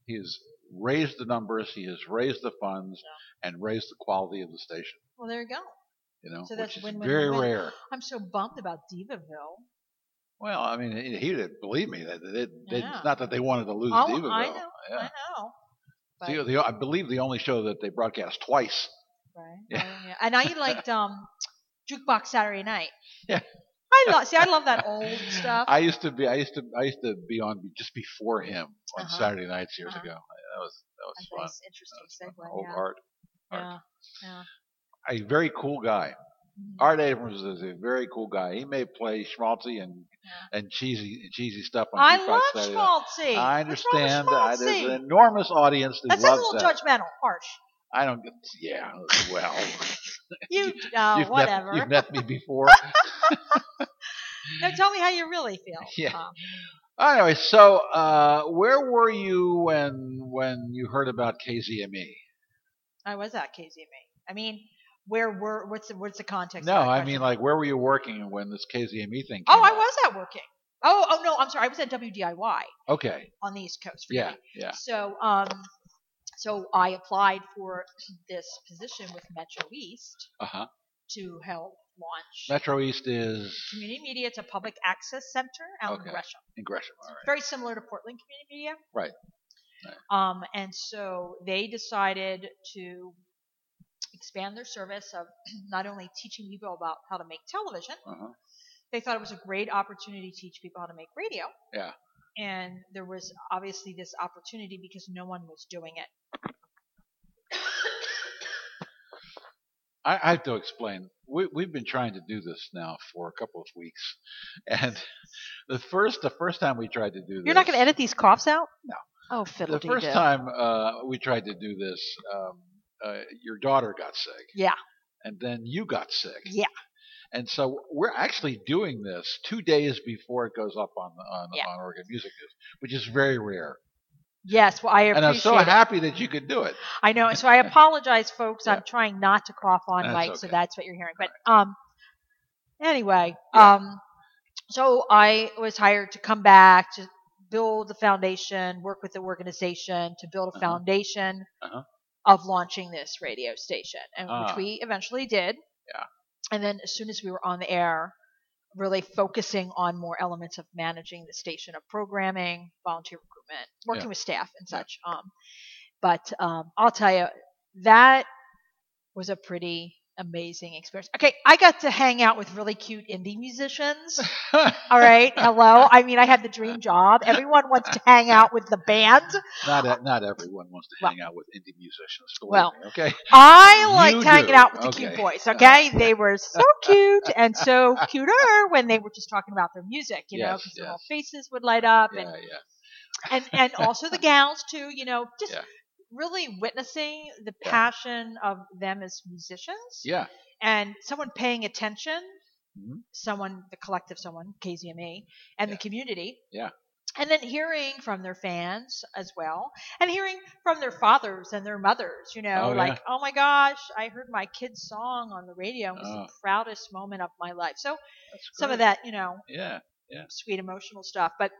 Speaker 1: he has raised the numbers, he has raised the funds, and raised the quality of the station.
Speaker 3: Well, there you go.
Speaker 1: You know,
Speaker 3: So that's
Speaker 1: which is
Speaker 3: win-win-win.
Speaker 1: very rare.
Speaker 3: I'm so bummed about Divaville.
Speaker 1: Well, I mean, he, he did believe me that they, they,
Speaker 3: Yeah.
Speaker 1: it's not that they wanted to lose
Speaker 3: Oh, I
Speaker 1: Divaville.
Speaker 3: know,
Speaker 1: Yeah.
Speaker 3: I know. But,
Speaker 1: The- the- I believe the only show that they broadcast twice.
Speaker 3: Right.
Speaker 1: Yeah.
Speaker 3: Oh, yeah. And I liked um, Jukebox Saturday Night.
Speaker 1: Yeah.
Speaker 3: I love. See, I love that old stuff.
Speaker 1: I used to be, I used to, I used to be on just before him on
Speaker 3: Uh-huh.
Speaker 1: Saturday nights years
Speaker 3: Uh-huh.
Speaker 1: ago. That was
Speaker 3: I
Speaker 1: that
Speaker 3: thought it
Speaker 1: was
Speaker 3: was interesting
Speaker 1: fun.
Speaker 3: segue.
Speaker 1: Old
Speaker 3: yeah.
Speaker 1: art.
Speaker 3: yeah.
Speaker 1: a very cool guy.
Speaker 3: Mhm.
Speaker 1: Art Abrams is a very cool guy. He may play schmaltzy and and cheesy cheesy stuff on
Speaker 3: I
Speaker 1: Jukebox
Speaker 3: love
Speaker 1: Saturday Night.
Speaker 3: schmaltzy.
Speaker 1: I
Speaker 3: What's wrong with
Speaker 1: understand that there's
Speaker 3: schmaltzy?
Speaker 1: an enormous audience that
Speaker 3: That sounds a
Speaker 1: loves
Speaker 3: little
Speaker 1: that.
Speaker 3: judgmental, harsh.
Speaker 1: I don't. get- Yeah. Well,
Speaker 3: You, uh,
Speaker 1: you've
Speaker 3: whatever.
Speaker 1: met you've met me before.
Speaker 3: Now tell me how you really feel. um,
Speaker 1: Yeah.
Speaker 3: Tom.
Speaker 1: anyway, so uh, where were you when when you heard about KZME?
Speaker 3: I was at KZMA. I mean, where were? What's the, what's the context?
Speaker 1: No,
Speaker 3: of that
Speaker 1: I
Speaker 3: question?
Speaker 1: mean like where were you working when this KZME E thing? Came
Speaker 3: Oh, I
Speaker 1: up?
Speaker 3: was at working. Oh, oh no, I'm sorry. I was at WDIY
Speaker 1: Okay.
Speaker 3: on the East Coast.
Speaker 1: Yeah.
Speaker 3: forgive me.
Speaker 1: Yeah.
Speaker 3: So, um, so I applied for this position with Metro East
Speaker 1: Uh huh.
Speaker 3: to help launch
Speaker 1: Metro East is
Speaker 3: community media. It's a public access center out
Speaker 1: Okay.
Speaker 3: in Gresham.
Speaker 1: in Gresham. All right.
Speaker 3: Very similar to Portland Community Media.
Speaker 1: Right. Right.
Speaker 3: Um, and so they decided to expand their service of not only teaching people about how to make television,
Speaker 1: Uh-huh.
Speaker 3: they thought it was a great opportunity to teach people how to make radio.
Speaker 1: Yeah.
Speaker 3: And there was obviously this opportunity because no one was doing it.
Speaker 1: I, I have to explain. We, we've been trying to do this now for a couple of weeks, and the first the first time we tried to do this,
Speaker 3: You're not going to edit these coughs out?
Speaker 1: No.
Speaker 3: Oh,
Speaker 1: The
Speaker 3: fiddle
Speaker 1: first time uh, we tried to do this, um, uh, your daughter got sick.
Speaker 3: Yeah.
Speaker 1: And then you got sick.
Speaker 3: Yeah.
Speaker 1: And so we're actually doing this two days before it goes up on on,
Speaker 3: Yeah.
Speaker 1: on Oregon Music News, which is very rare.
Speaker 3: Yes, well, I appreciate
Speaker 1: And I'm so
Speaker 3: it.
Speaker 1: happy that you could do it.
Speaker 3: I know. So I apologize, folks.
Speaker 1: Yeah.
Speaker 3: I'm trying not to cough on
Speaker 1: That's
Speaker 3: mic, so
Speaker 1: okay.
Speaker 3: that's what you're hearing. But um, anyway,
Speaker 1: Yeah.
Speaker 3: um, so I was hired to come back to build the foundation, work with the organization to build a
Speaker 1: Uh-huh.
Speaker 3: foundation
Speaker 1: Uh-huh.
Speaker 3: of launching this radio station, and
Speaker 1: Ah.
Speaker 3: which we eventually did.
Speaker 1: Yeah.
Speaker 3: And then as soon as we were on the air, really focusing on more elements of managing the station of programming, volunteer recruitment, working
Speaker 1: Yeah.
Speaker 3: with staff and
Speaker 1: Yeah.
Speaker 3: such. Um, but um, I'll tell you, that was a pretty amazing experience. Okay, I got to hang out with really cute indie musicians. All right, hello. I mean, I had the dream job. Everyone wants to hang out with the band.
Speaker 1: not e- not everyone wants to
Speaker 3: Well-
Speaker 1: hang out with indie musicians. believe
Speaker 3: Well,
Speaker 1: me, okay.
Speaker 3: I
Speaker 1: You
Speaker 3: liked hanging
Speaker 1: do.
Speaker 3: out with the cute
Speaker 1: Okay.
Speaker 3: boys. Okay, they were so cute and so cuter when they were just talking about their music. You know,
Speaker 1: Yes,
Speaker 3: because
Speaker 1: yes.
Speaker 3: their whole faces would light up,
Speaker 1: Yeah,
Speaker 3: and
Speaker 1: yeah.
Speaker 3: and and also the gals too. You know, just
Speaker 1: Yeah.
Speaker 3: really witnessing the
Speaker 1: Yeah.
Speaker 3: passion of them as musicians.
Speaker 1: Yeah.
Speaker 3: and someone paying attention,
Speaker 1: Mhm.
Speaker 3: someone, the collective, someone, KZME, and
Speaker 1: Yeah.
Speaker 3: the community.
Speaker 1: Yeah.
Speaker 3: And then hearing from their fans as well, and hearing from their fathers and their mothers, you know,
Speaker 1: Oh, yeah.
Speaker 3: like, oh my gosh, I heard my kid's song on the radio. It was
Speaker 1: Oh.
Speaker 3: the proudest moment of my life. So
Speaker 1: That's
Speaker 3: some of
Speaker 1: great.
Speaker 3: that, you know,
Speaker 1: Yeah.
Speaker 3: sweet emotional stuff. But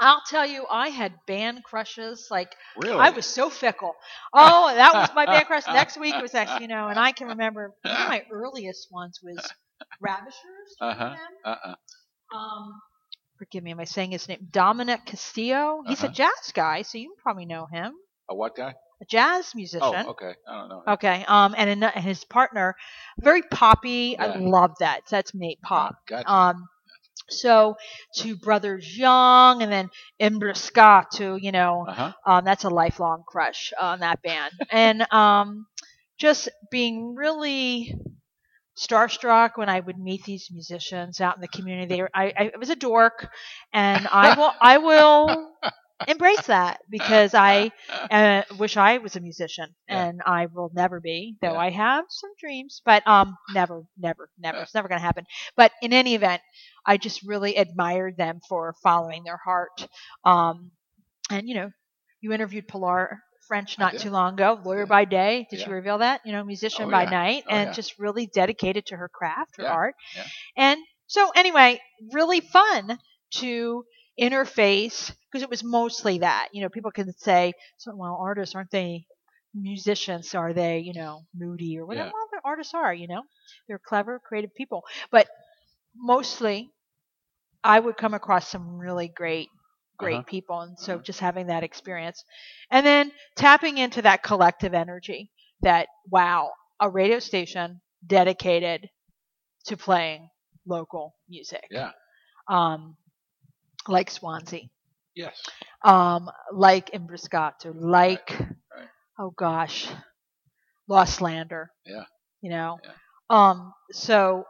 Speaker 3: I'll tell you, I had band crushes like
Speaker 1: Really?
Speaker 3: I was so fickle. Oh, that was my band crush. Next week was next, you know, and I can remember one of my earliest ones was Ravishers. Do you remember
Speaker 1: Uh-huh.
Speaker 3: them?
Speaker 1: Uh-uh.
Speaker 3: Um, forgive me, am I saying his name? Dominic Castillo. He's a
Speaker 1: Uh-huh.
Speaker 3: jazz guy, so you probably know him.
Speaker 1: A what guy?
Speaker 3: A jazz musician.
Speaker 1: Oh, okay. I don't know.
Speaker 3: Okay. Um, and, ano- and his partner, very poppy. I
Speaker 1: Yeah.
Speaker 3: love that. That's Nate Pop.
Speaker 1: Gotcha.
Speaker 3: Um, so to Brothers Young, and then Imbra Scott, too. You know,
Speaker 1: uh huh.
Speaker 3: um, that's a lifelong crush on that band, and um, just being really starstruck when I would meet these musicians out in the community. They were, I, I was a dork, and I will I will embrace that because I uh, wish I was a musician,
Speaker 1: Yeah.
Speaker 3: and I will never be, though
Speaker 1: Yeah.
Speaker 3: I have some dreams, but um, never, never, never.
Speaker 1: Yeah.
Speaker 3: It's never going to happen. But in any event, I just really admired them for following their heart. Um, and you know, you interviewed Pilar French
Speaker 1: I
Speaker 3: not
Speaker 1: did.
Speaker 3: too long ago, lawyer
Speaker 1: Yeah.
Speaker 3: by day. Did
Speaker 1: Yeah.
Speaker 3: you reveal that? You know, musician
Speaker 1: Oh,
Speaker 3: by
Speaker 1: yeah.
Speaker 3: night,
Speaker 1: Oh,
Speaker 3: and
Speaker 1: yeah.
Speaker 3: just really dedicated to her craft, her
Speaker 1: Yeah.
Speaker 3: art,
Speaker 1: Yeah.
Speaker 3: and so anyway, really fun to interface because it was mostly that. You know, people can say, so, well, artists aren't they musicians? So Are they, you know, moody or whatever?
Speaker 1: Yeah.
Speaker 3: Well, the artists are, you know, they're clever, creative people. But mostly, I would come across some really great, great
Speaker 1: Uh-huh.
Speaker 3: people. And so
Speaker 1: Uh-huh.
Speaker 3: just having that experience and then tapping into that collective energy that, wow, a radio station dedicated to playing local music.
Speaker 1: Yeah.
Speaker 3: Um, like Swansea,
Speaker 1: Yes.
Speaker 3: um, like Imbriscato, like
Speaker 1: right.
Speaker 3: oh gosh, Lost Lander.
Speaker 1: Yeah.
Speaker 3: You know.
Speaker 1: Yeah.
Speaker 3: Um. So,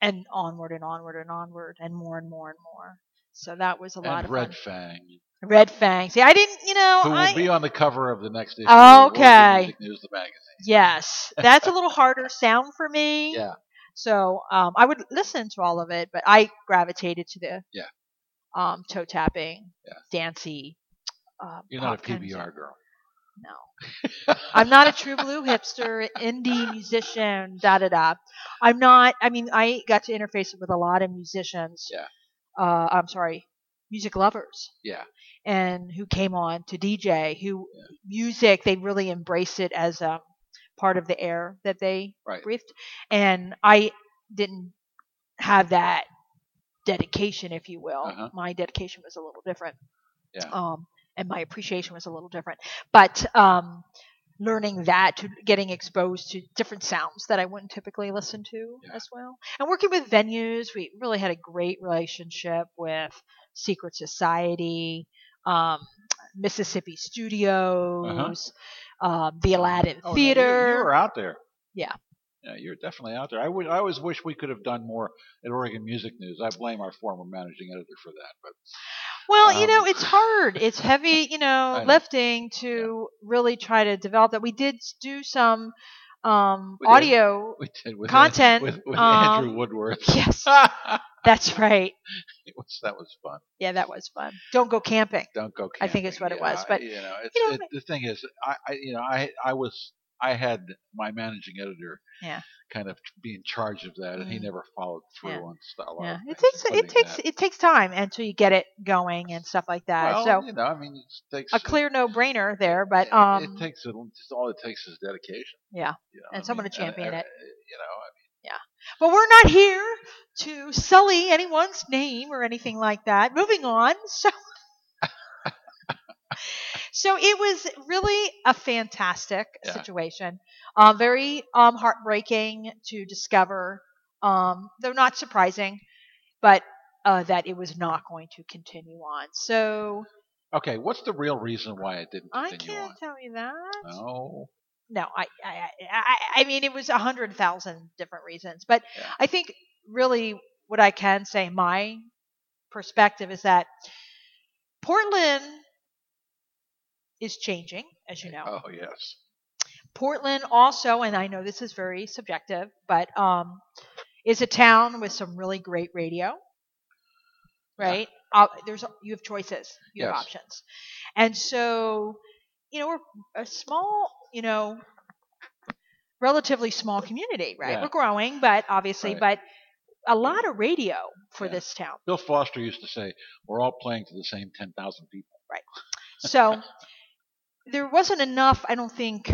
Speaker 3: and onward and onward and onward and more and more and more. So that was a lot
Speaker 1: And
Speaker 3: of
Speaker 1: Red
Speaker 3: fun.
Speaker 1: Fang,
Speaker 3: Red Fang. See, I didn't. You know.
Speaker 1: who will
Speaker 3: I,
Speaker 1: be on the cover of the next issue of
Speaker 3: Okay.
Speaker 1: World Music News, the magazine.
Speaker 3: Yes, that's a little harder sound for me.
Speaker 1: Yeah.
Speaker 3: So um, I would listen to all of it, but I gravitated to the
Speaker 1: Yeah.
Speaker 3: um, toe tapping,
Speaker 1: Yeah.
Speaker 3: dancey. Uh,
Speaker 1: You're not a
Speaker 3: pop kind
Speaker 1: PBR
Speaker 3: of stuff.
Speaker 1: girl.
Speaker 3: No, I'm not a true blue hipster, indie musician. Da da da. I'm not. I mean, I got to interface with a lot of musicians.
Speaker 1: Yeah.
Speaker 3: Uh, I'm sorry, music lovers
Speaker 1: Yeah.
Speaker 3: and who came on to DJ, who
Speaker 1: Yeah.
Speaker 3: music they really embraced it as um, part of the air that they
Speaker 1: Right.
Speaker 3: breathed, and I didn't have that dedication, if you will.
Speaker 1: Uh-huh.
Speaker 3: My dedication was a little different,
Speaker 1: Yeah.
Speaker 3: um, and my appreciation was a little different, but. Um, learning that to getting exposed to different sounds that i wouldn't typically listen to
Speaker 1: Yeah.
Speaker 3: as well and working with venues we really had a great relationship with secret society um, Mississippi
Speaker 1: Uh-huh.
Speaker 3: Studios, um, the Aladdin
Speaker 1: Oh, no, you-
Speaker 3: Theater.
Speaker 1: You, were out there.
Speaker 3: Yeah.
Speaker 1: Yeah, you're definitely out there. I would. I always wish we could have done more at Oregon Music News. I blame our former managing editor for that. But
Speaker 3: well, you know,
Speaker 1: um,
Speaker 3: it's hard. It's heavy, you know,
Speaker 1: know.
Speaker 3: lifting to really try to develop that. We did s- do some um,
Speaker 1: We did.
Speaker 3: audio.
Speaker 1: we did with
Speaker 3: Content,
Speaker 1: with, with
Speaker 3: um,
Speaker 1: Andrew Woodworth.
Speaker 3: Yes,
Speaker 1: it
Speaker 3: that's right.
Speaker 1: was, that was fun.
Speaker 3: Yeah, that was fun. Don't go camping.
Speaker 1: Don't go
Speaker 3: I
Speaker 1: camping.
Speaker 3: think it's what it
Speaker 1: you know,
Speaker 3: was, but,
Speaker 1: you know, it's,
Speaker 3: you know,
Speaker 1: it, the thing is, I, I you know, I I was I had my managing editor.
Speaker 3: Yeah.
Speaker 1: Kind of be in charge of that, and he
Speaker 3: Mm.
Speaker 1: never followed through
Speaker 3: Yeah.
Speaker 1: on stuff. a lot
Speaker 3: Yeah,
Speaker 1: of
Speaker 3: it
Speaker 1: things,
Speaker 3: takes it
Speaker 1: including
Speaker 3: takes
Speaker 1: that.
Speaker 3: it takes time until you get it going and stuff like that.
Speaker 1: Well,
Speaker 3: so
Speaker 1: you know, I mean, it takes
Speaker 3: a clear no brainer there, but
Speaker 1: it-
Speaker 3: um,
Speaker 1: it takes it. Just all it takes is dedication.
Speaker 3: Yeah.
Speaker 1: You know,
Speaker 3: And someone to champion it.
Speaker 1: You know, I mean,
Speaker 3: But we're not here to sully anyone's name or anything like that. Moving on. So, so it was really a fantastic
Speaker 1: Yeah.
Speaker 3: situation. Uh, very um, heartbreaking to discover, um, though not surprising, but uh, that it was not going to continue on. So
Speaker 1: okay. What's the real reason why it didn't
Speaker 3: I
Speaker 1: continue
Speaker 3: can't
Speaker 1: on?
Speaker 3: tell you that.
Speaker 1: No.
Speaker 3: no, I, I, I, I- I mean, it was a hundred thousand different reasons, but
Speaker 1: Yeah.
Speaker 3: I think really what I can say, my perspective is that Portland is changing, as you know.
Speaker 1: Oh yes.
Speaker 3: Portland also, and I know this is very subjective, but um, is a town with some really great radio,
Speaker 1: Yeah.
Speaker 3: right? Uh, there's you have choices, you have
Speaker 1: Yes.
Speaker 3: options, and so you know we're a small, you know, relatively small community, right?
Speaker 1: Yeah.
Speaker 3: We're growing, but obviously,
Speaker 1: Right.
Speaker 3: but a lot of radio for
Speaker 1: Yeah.
Speaker 3: this town.
Speaker 1: Bill Foster used to say, "We're all playing to the same ten thousand people."
Speaker 3: So there wasn't enough, I don't think,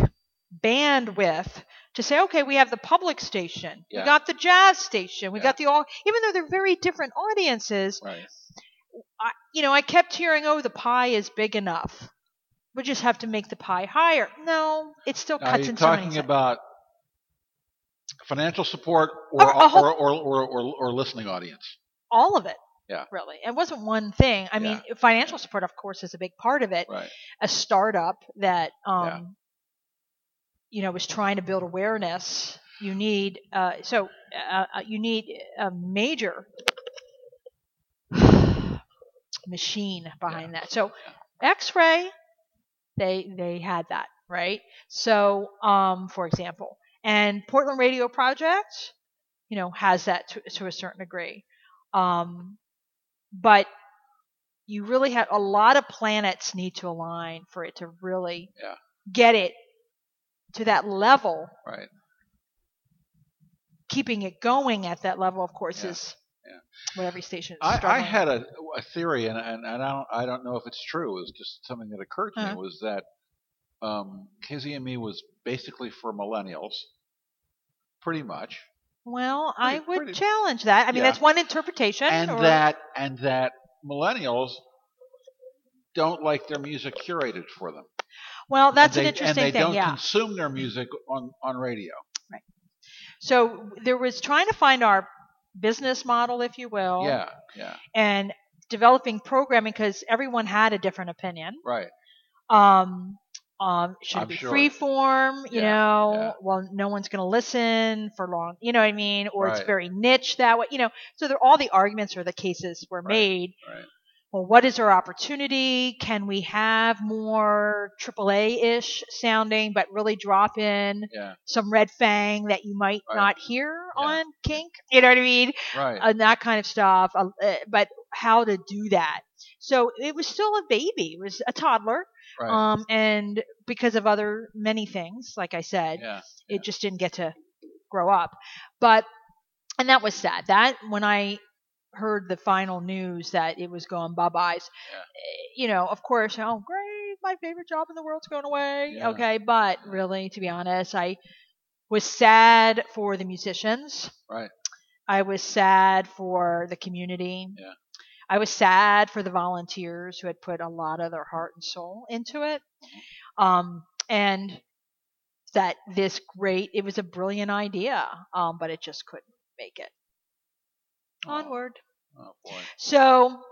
Speaker 3: bandwidth to say, okay, we have the public station,
Speaker 1: Yeah.
Speaker 3: we got the jazz station, we
Speaker 1: Yeah.
Speaker 3: got the all, even though they're very different audiences,
Speaker 1: Right.
Speaker 3: I, you know, I kept hearing, oh, the pie is big enough. We just have to make the pie higher. No, it still
Speaker 1: Are
Speaker 3: cuts
Speaker 1: you
Speaker 3: in so
Speaker 1: talking
Speaker 3: many
Speaker 1: about financial support or
Speaker 3: Or Oh, a whole-
Speaker 1: or, or, or, or, or listening audience?
Speaker 3: all of it.
Speaker 1: Yeah.
Speaker 3: Really. It wasn't one thing. I mean, financial support, of course, is a big part of it.
Speaker 1: Right.
Speaker 3: A startup that, um,
Speaker 1: Yeah.
Speaker 3: you know, is trying to build awareness. You need, uh, so uh, uh, you need a major machine behind that. So X-ray, they, they had that, right? So, um, for example, and Portland Radio Project, you know, has that to, to a certain degree. Um, but you really have a lot of planets need to align for it to really
Speaker 1: Yeah.
Speaker 3: get it to that level.
Speaker 1: Right.
Speaker 3: Keeping it going at that level, of course,
Speaker 1: Yeah.
Speaker 3: is
Speaker 1: Yeah.
Speaker 3: what every station is
Speaker 1: I, I
Speaker 3: struggling
Speaker 1: had
Speaker 3: with.
Speaker 1: a, a theory, and, and, and I don't I don't know if it's true. It was just something that occurred to
Speaker 3: Uh-huh.
Speaker 1: me was that um, KZME was basically for millennials, pretty much,
Speaker 3: Well, I
Speaker 1: pretty-
Speaker 3: would
Speaker 1: pretty-
Speaker 3: challenge that. I mean,
Speaker 1: Yeah.
Speaker 3: that's one interpretation.
Speaker 1: and
Speaker 3: or,
Speaker 1: that and that millennials don't like their music curated for them.
Speaker 3: well,
Speaker 1: And
Speaker 3: that's
Speaker 1: they-
Speaker 3: an interesting
Speaker 1: And they
Speaker 3: thing.
Speaker 1: don't
Speaker 3: yeah.
Speaker 1: consume their music on on radio.
Speaker 3: So there was trying to find our business model, if you will,
Speaker 1: Yeah, yeah,
Speaker 3: and developing programming because everyone had a different opinion.
Speaker 1: right.
Speaker 3: Um, um, should
Speaker 1: I'm
Speaker 3: it be
Speaker 1: sure.
Speaker 3: free form? You
Speaker 1: Yeah,
Speaker 3: know,
Speaker 1: yeah.
Speaker 3: well, no one's going to listen for long. You know what I mean? Or
Speaker 1: Right.
Speaker 3: it's very niche that way. You know, so there, all the arguments or the cases were
Speaker 1: Right,
Speaker 3: made.
Speaker 1: right.
Speaker 3: Well, what is our opportunity? Can we have more AAA ish sounding, but really drop in
Speaker 1: Yeah,
Speaker 3: some Red Fang that you might
Speaker 1: Right.
Speaker 3: not hear
Speaker 1: Yeah.
Speaker 3: on Kink. You know what I mean?
Speaker 1: right.
Speaker 3: And that kind of stuff. Uh, uh, but how to do that? So it was still a baby. It was a toddler.
Speaker 1: right.
Speaker 3: Um, and because of other many things, like I said,
Speaker 1: yeah,
Speaker 3: it just didn't get to grow up. But and that was sad. That when I heard the final news that it was going bye byes,
Speaker 1: Yeah.
Speaker 3: eh, you know, of course, oh great, my favorite job in the world's going away.
Speaker 1: Yeah.
Speaker 3: Okay, but really, to be honest, I was sad for the musicians.
Speaker 1: Right.
Speaker 3: I was sad for the community.
Speaker 1: Yeah.
Speaker 3: I was sad for the volunteers who had put a lot of their heart and soul into it.
Speaker 1: Mm-hmm.
Speaker 3: Um, and that this great, it was a brilliant idea, um, but it just couldn't make it.
Speaker 1: Oh,
Speaker 3: Onward.
Speaker 1: Oh boy.
Speaker 3: So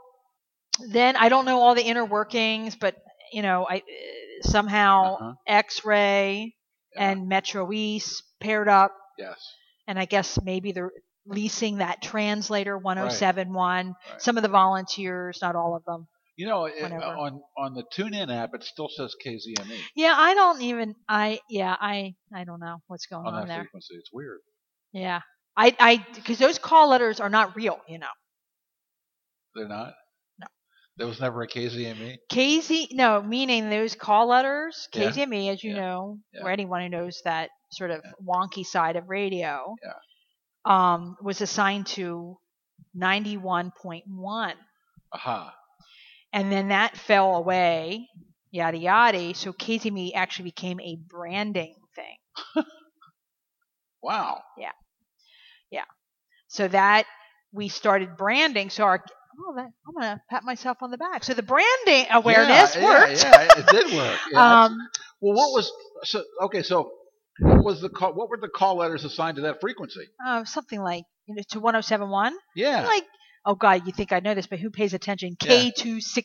Speaker 3: then I don't know all the inner workings, but you know, I uh, somehow
Speaker 1: Uh-huh.
Speaker 3: X-ray
Speaker 1: Yeah.
Speaker 3: and Metro East paired up,
Speaker 1: Yes.
Speaker 3: and I guess maybe they're leasing that translator 1071.
Speaker 1: Right.
Speaker 3: Some of the volunteers, not all of them.
Speaker 1: You know, it, uh,
Speaker 3: Whatever.
Speaker 1: on on the TuneIn app, it still says KZME
Speaker 3: Yeah, I don't even. I yeah, I I don't know what's going
Speaker 1: on
Speaker 3: on
Speaker 1: that
Speaker 3: there.
Speaker 1: frequency. It's weird. e
Speaker 3: Yeah, I I because those call letters are not real, you know.
Speaker 1: They're not.
Speaker 3: No.
Speaker 1: There was never a KZME.
Speaker 3: KZ, no, meaning those call letters,
Speaker 1: Yeah.
Speaker 3: KZME, as you
Speaker 1: Yeah.
Speaker 3: know,
Speaker 1: Yeah.
Speaker 3: or anyone who knows that sort of
Speaker 1: Yeah.
Speaker 3: wonky side of radio,
Speaker 1: Yeah.
Speaker 3: um, was assigned to 91.1.
Speaker 1: Aha.
Speaker 3: And then that fell away, yada yada. So KZME actually became a branding thing.
Speaker 1: Wow.
Speaker 3: So that we started branding. So our, oh, that, I'm going to pat myself on the back. So the branding awareness
Speaker 1: Yeah,
Speaker 3: worked.
Speaker 1: Yeah, yeah, it did work. Yeah.
Speaker 3: Um,
Speaker 1: well, what was so? Okay, so what was the call? What were the call letters assigned to that frequency?
Speaker 3: uh, something like you know, to 1071.
Speaker 1: Yeah.
Speaker 3: like oh god you think i know this but who pays attention
Speaker 1: Yeah.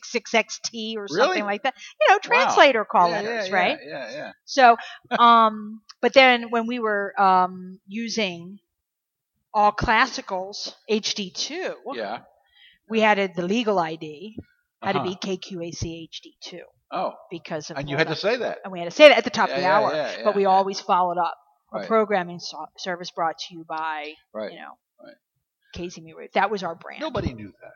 Speaker 3: k266xt or
Speaker 1: Really?
Speaker 3: something like that you know translator call
Speaker 1: yeah,
Speaker 3: letters
Speaker 1: yeah,
Speaker 3: right
Speaker 1: Yeah, yeah.
Speaker 3: so um but then when we were um using all classicals hd2
Speaker 1: Yeah. yeah.
Speaker 3: we had a, the legal id had
Speaker 1: Uh-huh.
Speaker 3: to be kqachd2
Speaker 1: Oh,
Speaker 3: because of
Speaker 1: and you
Speaker 3: all
Speaker 1: had
Speaker 3: that.
Speaker 1: to say that.
Speaker 3: and we had to say that at the top
Speaker 1: yeah,
Speaker 3: of the
Speaker 1: yeah,
Speaker 3: hour
Speaker 1: Yeah, yeah,
Speaker 3: but we always followed up a
Speaker 1: Right.
Speaker 3: programming so- service brought to you by
Speaker 1: Right.
Speaker 3: you know
Speaker 1: Right.
Speaker 3: KZMU. that was our brand
Speaker 1: Nobody knew that.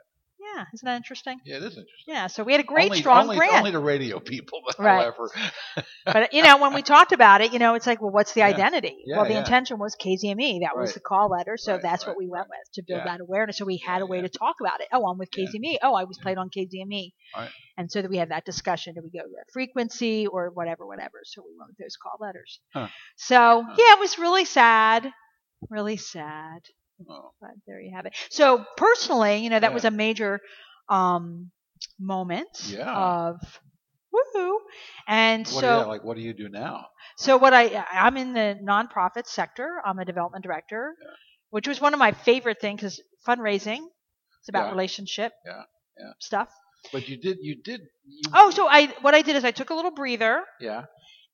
Speaker 3: Yeah, isn't that interesting?
Speaker 1: Yeah, it is interesting.
Speaker 3: Yeah, so we had a great
Speaker 1: only,
Speaker 3: strong
Speaker 1: only,
Speaker 3: brand.
Speaker 1: Only the radio people,
Speaker 3: Right.
Speaker 1: however.
Speaker 3: but you know, when we talked about it, you know, it's like, well, what's the
Speaker 1: Yeah.
Speaker 3: identity?
Speaker 1: Yeah,
Speaker 3: well, the
Speaker 1: yeah.
Speaker 3: intention was KZME. E, That was
Speaker 1: Right.
Speaker 3: the call letter, so
Speaker 1: Right,
Speaker 3: that's what
Speaker 1: right,
Speaker 3: we went with to build
Speaker 1: Yeah.
Speaker 3: that awareness. So we had
Speaker 1: Yeah,
Speaker 3: a way
Speaker 1: yeah.
Speaker 3: to talk about it. Oh, I'm with
Speaker 1: Yeah.
Speaker 3: KZME. Oh, I was
Speaker 1: Yeah.
Speaker 3: played on KZME.
Speaker 1: Right.
Speaker 3: E. And so that we had that discussion. Do we go to that frequency or whatever, whatever? So we went with those call letters.
Speaker 1: Huh.
Speaker 3: So yeah, it was really sad, really sad.
Speaker 1: Oh,
Speaker 3: But there you have it. So personally, you know, that
Speaker 1: Yeah.
Speaker 3: was a major um, moment
Speaker 1: Yeah.
Speaker 3: of woohoo. And
Speaker 1: what
Speaker 3: so
Speaker 1: do you, like, what do you do now?
Speaker 3: so what I I'm in the nonprofit sector. I'm a development director, which was one of my favorite things because fundraising. It's about
Speaker 1: Yeah.
Speaker 3: relationship.
Speaker 1: Yeah, yeah.
Speaker 3: Stuff.
Speaker 1: But you did, you did. You,
Speaker 3: Oh, so I what I did is I took a little breather,
Speaker 1: yeah,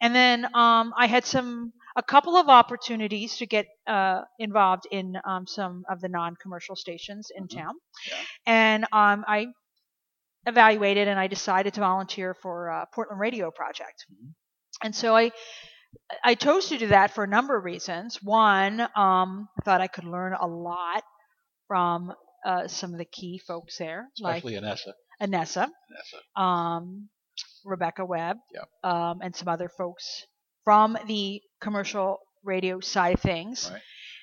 Speaker 3: and then um, I had some a couple of opportunities to get uh, involved in um, some of the non-commercial stations in
Speaker 1: Mhm.
Speaker 3: town,
Speaker 1: Yeah.
Speaker 3: and um, I evaluated and I decided to volunteer for uh, Portland Radio Project,
Speaker 1: Mhm.
Speaker 3: and so I I chose to do that for a number of reasons. One, um, I thought I could learn a lot from uh, some of the key folks there,
Speaker 1: especially Anessa.
Speaker 3: like Anessa
Speaker 1: Anessa.
Speaker 3: um, Rebecca Webb,
Speaker 1: Yep.
Speaker 3: um, and some other folks from the commercial radio side of things.
Speaker 1: Right.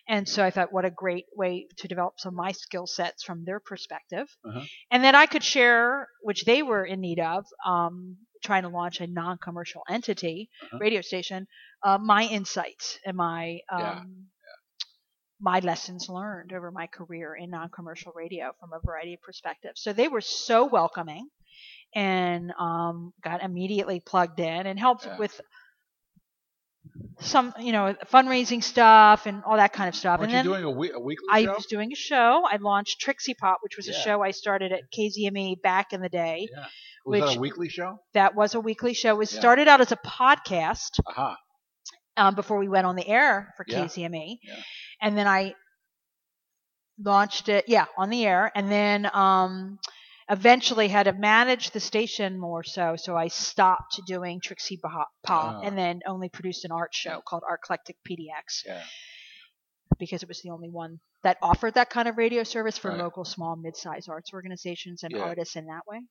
Speaker 3: And so I thought, what a great way to develop some of my skill sets from their perspective.
Speaker 1: Uh-huh.
Speaker 3: And then I could share, which they were in need of, um, trying to launch a non commercial entity,
Speaker 1: Uh-huh.
Speaker 3: radio station, uh, my insights and my. Um,
Speaker 1: Yeah.
Speaker 3: My lessons learned over my career in non commercial radio from a variety of perspectives. So they were so welcoming and um, got immediately plugged in and helped
Speaker 1: Yeah.
Speaker 3: with some, you know, fundraising stuff and all that kind of stuff.
Speaker 1: Aren't
Speaker 3: and then
Speaker 1: you doing a, we- a weekly
Speaker 3: I
Speaker 1: show?
Speaker 3: was doing a show. I launched Trixie Pop, which was
Speaker 1: Yeah.
Speaker 3: a show I started at KZME E back in the day.
Speaker 1: yeah. Was that
Speaker 3: which-
Speaker 1: a weekly show?
Speaker 3: That was a weekly show. It
Speaker 1: Yeah.
Speaker 3: started out as a podcast
Speaker 1: Aha.
Speaker 3: um, before we went on the air for
Speaker 1: Yeah.
Speaker 3: KZME.
Speaker 1: Yeah.
Speaker 3: E. And then I launched it, yeah, on the air. And then um, eventually had to manage the station more so. So I stopped doing Trixie Pop Pop
Speaker 1: Ah.
Speaker 3: and then only produced an art show called Arclectic PDX
Speaker 1: Yeah.
Speaker 3: because it was the only one that offered that kind of radio service for
Speaker 1: Right.
Speaker 3: local small mid-sized arts organizations and
Speaker 1: Yeah.
Speaker 3: artists in that way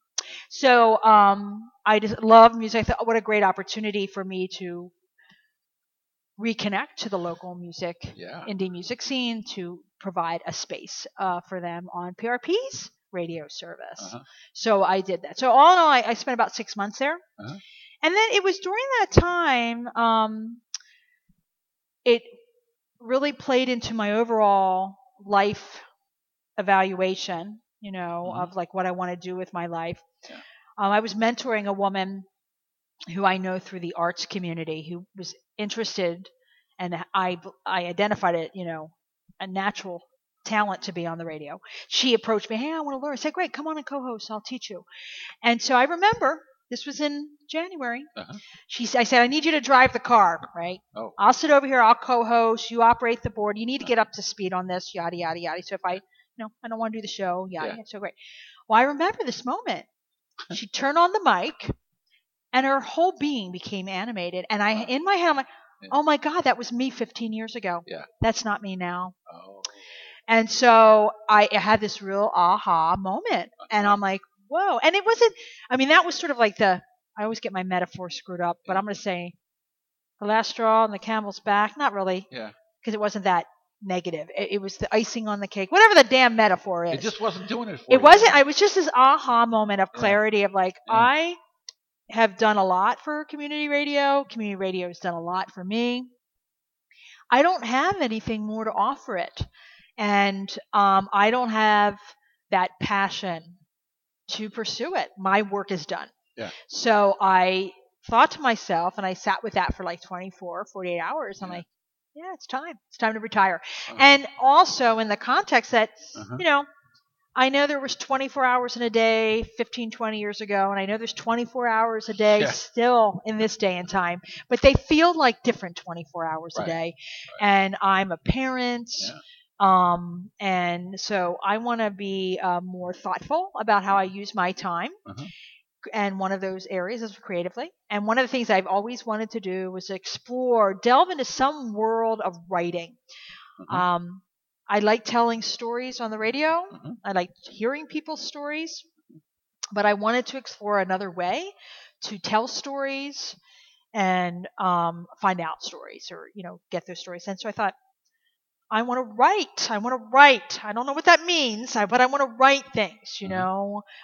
Speaker 3: so um, i just love music i thought what a great opportunity for me to reconnect to the local music
Speaker 1: Yeah.
Speaker 3: indie music scene to provide a space uh, for them on prp's radio service
Speaker 1: Uh-huh.
Speaker 3: so i did that so all in all i, I spent about six months there
Speaker 1: Uh-huh.
Speaker 3: and then it was during that time um, it really played into my overall life evaluation, you know,
Speaker 1: Mhm.
Speaker 3: of like what I want to do with my life.
Speaker 1: Yeah.
Speaker 3: Um, I was mentoring a woman who I know through the arts community who was interested, and I I identified it, you know, a natural talent to be on the radio. She approached me, hey, I want to learn. I said, great, come on and co-host, I'll teach you. And so I remember this was in January.
Speaker 1: Uh-huh.
Speaker 3: She, s- I said, I need you to drive the car, right?
Speaker 1: Oh.
Speaker 3: I'll sit over here. I'll co-host. You operate the board. You need to get up to speed on this. Yada yada yada. So if I, no, I don't want to do the show. Yada.
Speaker 1: Yeah.
Speaker 3: yada. So great. Well, I remember this moment. She turned on the mic, and her whole being became animated. And I,
Speaker 1: Wow.
Speaker 3: in my head, I'm like,
Speaker 1: Yeah.
Speaker 3: oh my god, that was me 15 years ago.
Speaker 1: Yeah.
Speaker 3: That's not me now.
Speaker 1: Oh.
Speaker 3: And so I had this real aha moment. And I'm like, whoa. And it wasn't, I mean, that was sort of like the, I always get my metaphor screwed up, but I'm going to say the last straw on the camel's back. Not really.
Speaker 1: Yeah.
Speaker 3: Because it wasn't that negative. It, it was the icing on the cake, whatever the damn metaphor is.
Speaker 1: It just wasn't doing it for you.
Speaker 3: It wasn't, I was just this aha moment of
Speaker 1: Yeah.
Speaker 3: clarity of like,
Speaker 1: Yeah.
Speaker 3: I have done a lot for community radio. Community radio has done a lot for me. I don't have anything more to offer it. And um, I don't have that passion to pursue it. My work is done.
Speaker 1: Yeah.
Speaker 3: So I thought to myself, and I sat with that for like 24, 48 hours. I'm
Speaker 1: Yeah.
Speaker 3: like, yeah, it's time. It's time to retire.
Speaker 1: Uh-huh.
Speaker 3: And also in the context that
Speaker 1: Uh-huh.
Speaker 3: you know i know there was 24 hours in a day 15 20 years ago and i know there's 24 hours a day
Speaker 1: Yeah.
Speaker 3: still in this day and time but they feel like different 24 hours
Speaker 1: Right.
Speaker 3: a day and i'm a parent
Speaker 1: Yeah.
Speaker 3: um, and so i want to be uh, more thoughtful about how i use my time
Speaker 1: Uh-huh.
Speaker 3: and one of those areas is creatively and one of the things i've always wanted to do was explore delve into some world of writing
Speaker 1: Mhm.
Speaker 3: um, I like telling stories on the radio.
Speaker 1: Mhm.
Speaker 3: I like hearing people's stories, but I wanted to explore another way to tell stories and um, find out stories or you know get those stories. And so I thought, I want to write. I want to write. I don't know what that means, I- but I want to write things. You
Speaker 1: Mhm.
Speaker 3: know,